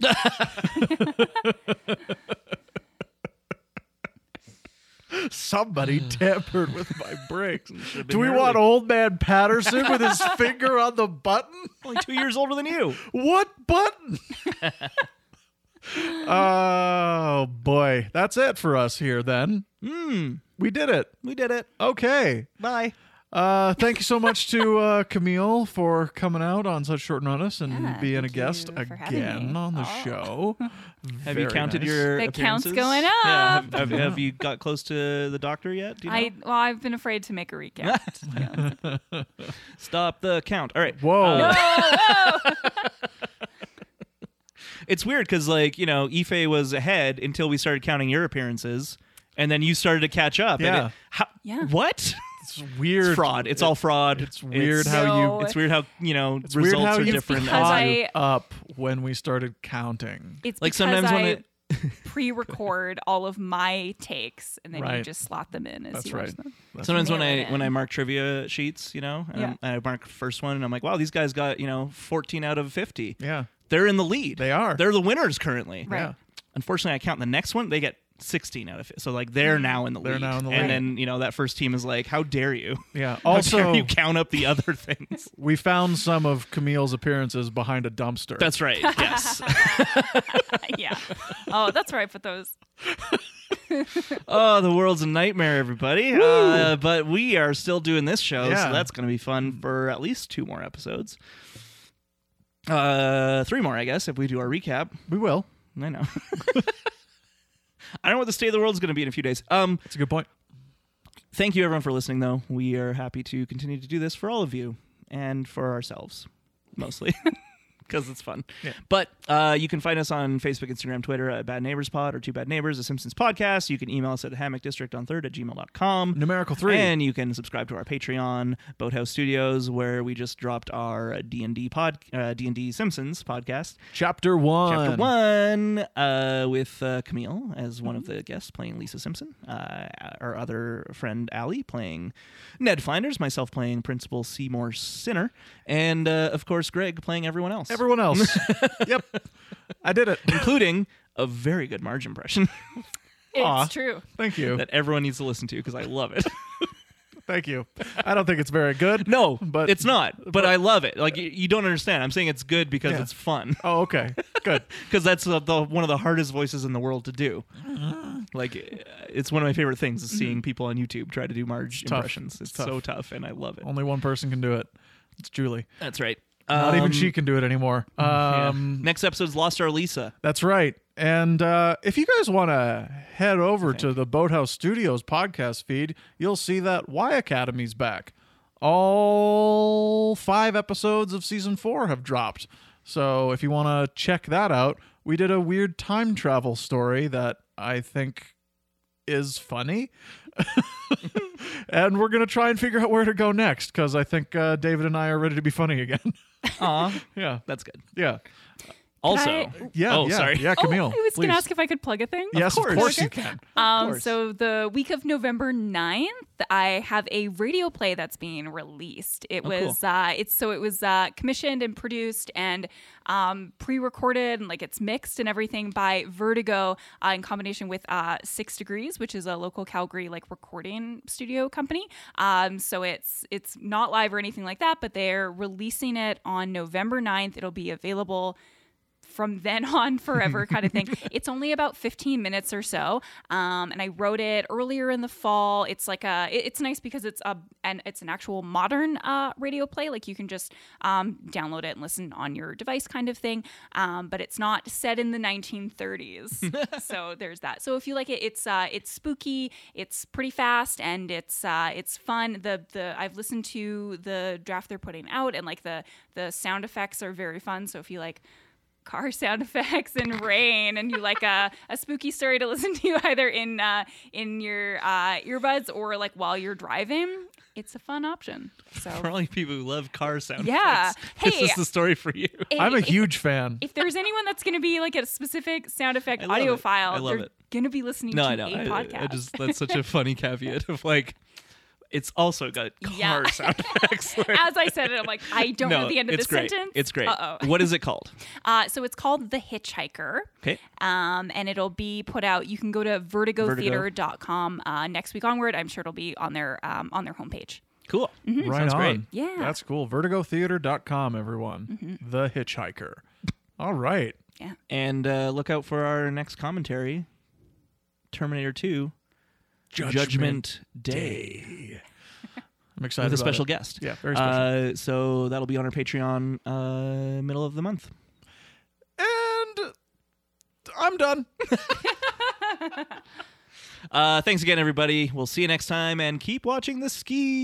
B: Somebody tampered with my brakes.
A: have
B: Do
A: been
B: we
A: early.
B: want old man Patterson with his finger on the button?
A: Only two years older than you.
B: What button? oh boy, that's it for us here. Then we did it.
A: We did it.
B: Okay.
A: Bye.
B: Uh, thank you so much to uh, Camille for coming out on such short notice and
C: Yeah,
B: being a
C: thank
B: guest
C: you for having
B: again
C: me.
B: on the
C: Oh.
B: show.
A: Have
B: Very
A: you counted
B: nice.
A: your
C: The count's
A: appearances?
C: going up.
A: Yeah. Have, have- have you got close to the doctor yet? Do you know?
C: I well, I've been afraid to make a recap. Yeah.
A: Stop the count. All right.
B: Whoa.
A: Uh,
C: oh, oh.
A: it's weird because like you know, Ife was ahead until we started counting your appearances, and then you started to catch up. and
B: Yeah.
A: it- how,
C: Yeah.
A: What?
B: It's weird.
A: It's fraud. It's all fraud.
B: It's weird
A: It's,
B: how
C: No.
B: you.
A: it's weird how you know
B: It's weird
A: results
B: how
A: are
B: you
A: different.
C: Because
B: caught
C: I-
B: up when we started counting.
C: It's
A: Like
C: because
A: sometimes
C: I
A: when it-
C: pre-record all of my takes and then you
B: Right.
C: just slot them in as
B: That's
C: you
B: right.
C: watch them.
A: Sometimes when
C: Nail it
A: I when
C: in.
A: I mark trivia sheets, you know, and,
C: Yeah.
A: I'm- and I mark first one, and I'm like, wow, these guys got you know 14 out of 50.
B: Yeah.
A: They're in the lead.
B: They are.
A: They're the winners currently.
C: Right.
B: Yeah.
A: Unfortunately, I count the next one. They get 16 out of it. So like they're now in the
B: Mm. They're
A: lead.
B: now in the
A: and
B: lead.
A: then you know that first team is like, how dare you?
B: Yeah.
A: How dare
B: Also,
A: you count up the other things?
B: we found some of Camille's appearances behind a dumpster.
A: That's right. Yes.
C: yeah. Oh, that's where I put those.
A: oh, the world's a nightmare, everybody. Uh, but we are still doing this show,
B: Yeah.
A: so that's going to be fun for at least two more episodes. Uh, three more, I guess, if we do our recap.
B: we will.
A: I know. I don't know what the state of the world is going to be in a few days. Um,
B: That's a good point.
A: thank you everyone for listening, though. We are happy to continue to do this for all of you and for ourselves, mostly. Because it's fun.
B: Yeah.
A: But uh, you can find us on Facebook, Instagram, Twitter at Bad Neighbors Pod or Two Bad Neighbors, a Simpsons podcast. You can email us at hammockdistricton3rd at gmail.com.
B: Numerical three.
A: And you can subscribe to our Patreon, Boathouse Studios, where we just dropped our D and D pod, uh, D and D Simpsons podcast,
B: Chapter one.
A: chapter one, uh, with uh, Camille as one of the guests playing Lisa Simpson, uh, our other friend Allie playing Ned Flanders, myself playing Principal Seymour Sinner, and uh, of course Greg playing everyone else,
B: Everyone else. yep. I did it.
A: including a very good Marge impression
C: It's
B: Aw.
C: true.
B: Thank you.
A: that everyone needs to listen to because I love it.
B: Thank you. I don't think it's very good.
A: No,
B: But-
A: but it's not. But, I love it. Like you, you don't understand. I'm saying it's good because
B: Yeah.
A: it's fun.
B: Oh, okay. Good.
A: Because that's the, the one of the hardest voices in the world to do.
B: Mm-hmm.
A: Like uh, it's one of my favorite things is seeing people on YouTube try to do Marge
B: tough.
A: impressions. It's,
B: tough. Oh,
A: so tough, and I love it.
B: Only one person can do it. It's Julie.
A: That's right.
B: Not even
A: Um,
B: she can do it anymore.
A: yeah.
B: Um,
A: Next episode's Lost Our Lisa.
B: That's right. And uh, if you guys want to head over to the Boathouse Studios podcast feed, you'll see that Y Academy's back. All five episodes of season four have dropped. So if you want to check that out, we did a weird time travel story that I think is funny. and we're going to try and figure out where to go next because I think uh, David and I are ready to be funny again.
A: Aw,
B: yeah.
A: that's good.
B: Yeah.
A: Also,
C: I-
B: Yeah.
A: Oh,
B: yeah,
A: sorry.
B: Yeah, Camille.
C: oh, I was going
B: please.
C: to ask if I could plug a thing.
B: yes,
A: course.
B: of course
A: Okay.
B: you can.
C: Um,
A: course.
C: so the week of November 9th, I have a radio play that's being released. It
A: Oh, cool.
C: was uh, it's so it was uh, commissioned and produced and um, pre-recorded and like it's mixed and everything by Vertigo uh, in combination with uh, Six Degrees, which is a local Calgary like recording studio company. Um, so it's it's not live or anything like that, but they're releasing it on November 9th. It'll be available from then on forever kind of thing. it's only about 15 minutes or so. Um, and I wrote it earlier in the fall. It's like a, it- it's nice because it's a, and it's an actual modern uh, radio play. Like you can just um, download it and listen on your device kind of thing. Um, but it's not set in the 1930s. so there's that. So if you like it, it's, uh, it's spooky, it's pretty fast and it's, uh, it's fun. The, the, I've listened to the draft they're putting out and like the, the sound effects are very fun. So if you like, car sound effects and rain and you like a, a spooky story to listen to either in uh, in your uh, earbuds or like while you're driving it's a fun option
A: for
C: so
A: all you people who love car sound
C: Yeah.
A: effects,
C: Hey.
A: this is the story for you.
B: I'm a
C: if,
B: huge fan.
C: if there's anyone that's going to be like a specific sound effect
A: I love it.
C: audio file
A: I love
C: they're
A: it.
C: going to be listening
A: No,
C: to
A: I know.
C: a
A: I, I-
C: podcast
A: I just that's such a funny caveat of like, it's also got car
C: Yeah.
A: sound effects. Like,
C: as I said it, I'm like, I don't
A: no,
C: know the end of
A: it's
C: this
A: great.
C: sentence.
A: It's great.
C: Uh-oh.
A: What is it called?
C: Uh, so it's called The Hitchhiker.
A: Okay.
C: um, and it'll be put out. You can go to vertigotheater.com uh, next week onward. I'm sure it'll be on their um, on their homepage.
A: Cool.
C: Mm-hmm.
B: Right
A: Sounds
B: on.
A: great.
C: Yeah.
B: That's cool. VertigoTheater.com, everyone.
A: Mm-hmm.
B: The Hitchhiker. All right.
C: Yeah.
A: And uh, look out for our next commentary, Terminator Two: Judgment, Day,
B: I'm excited.
A: with a
B: about
A: special
B: it.
A: guest.
B: Yeah, very special.
A: Uh, so that'll be on our Patreon uh, middle of the month.
B: And I'm done.
A: Uh, thanks again, everybody. We'll see you next time, and keep watching the ski.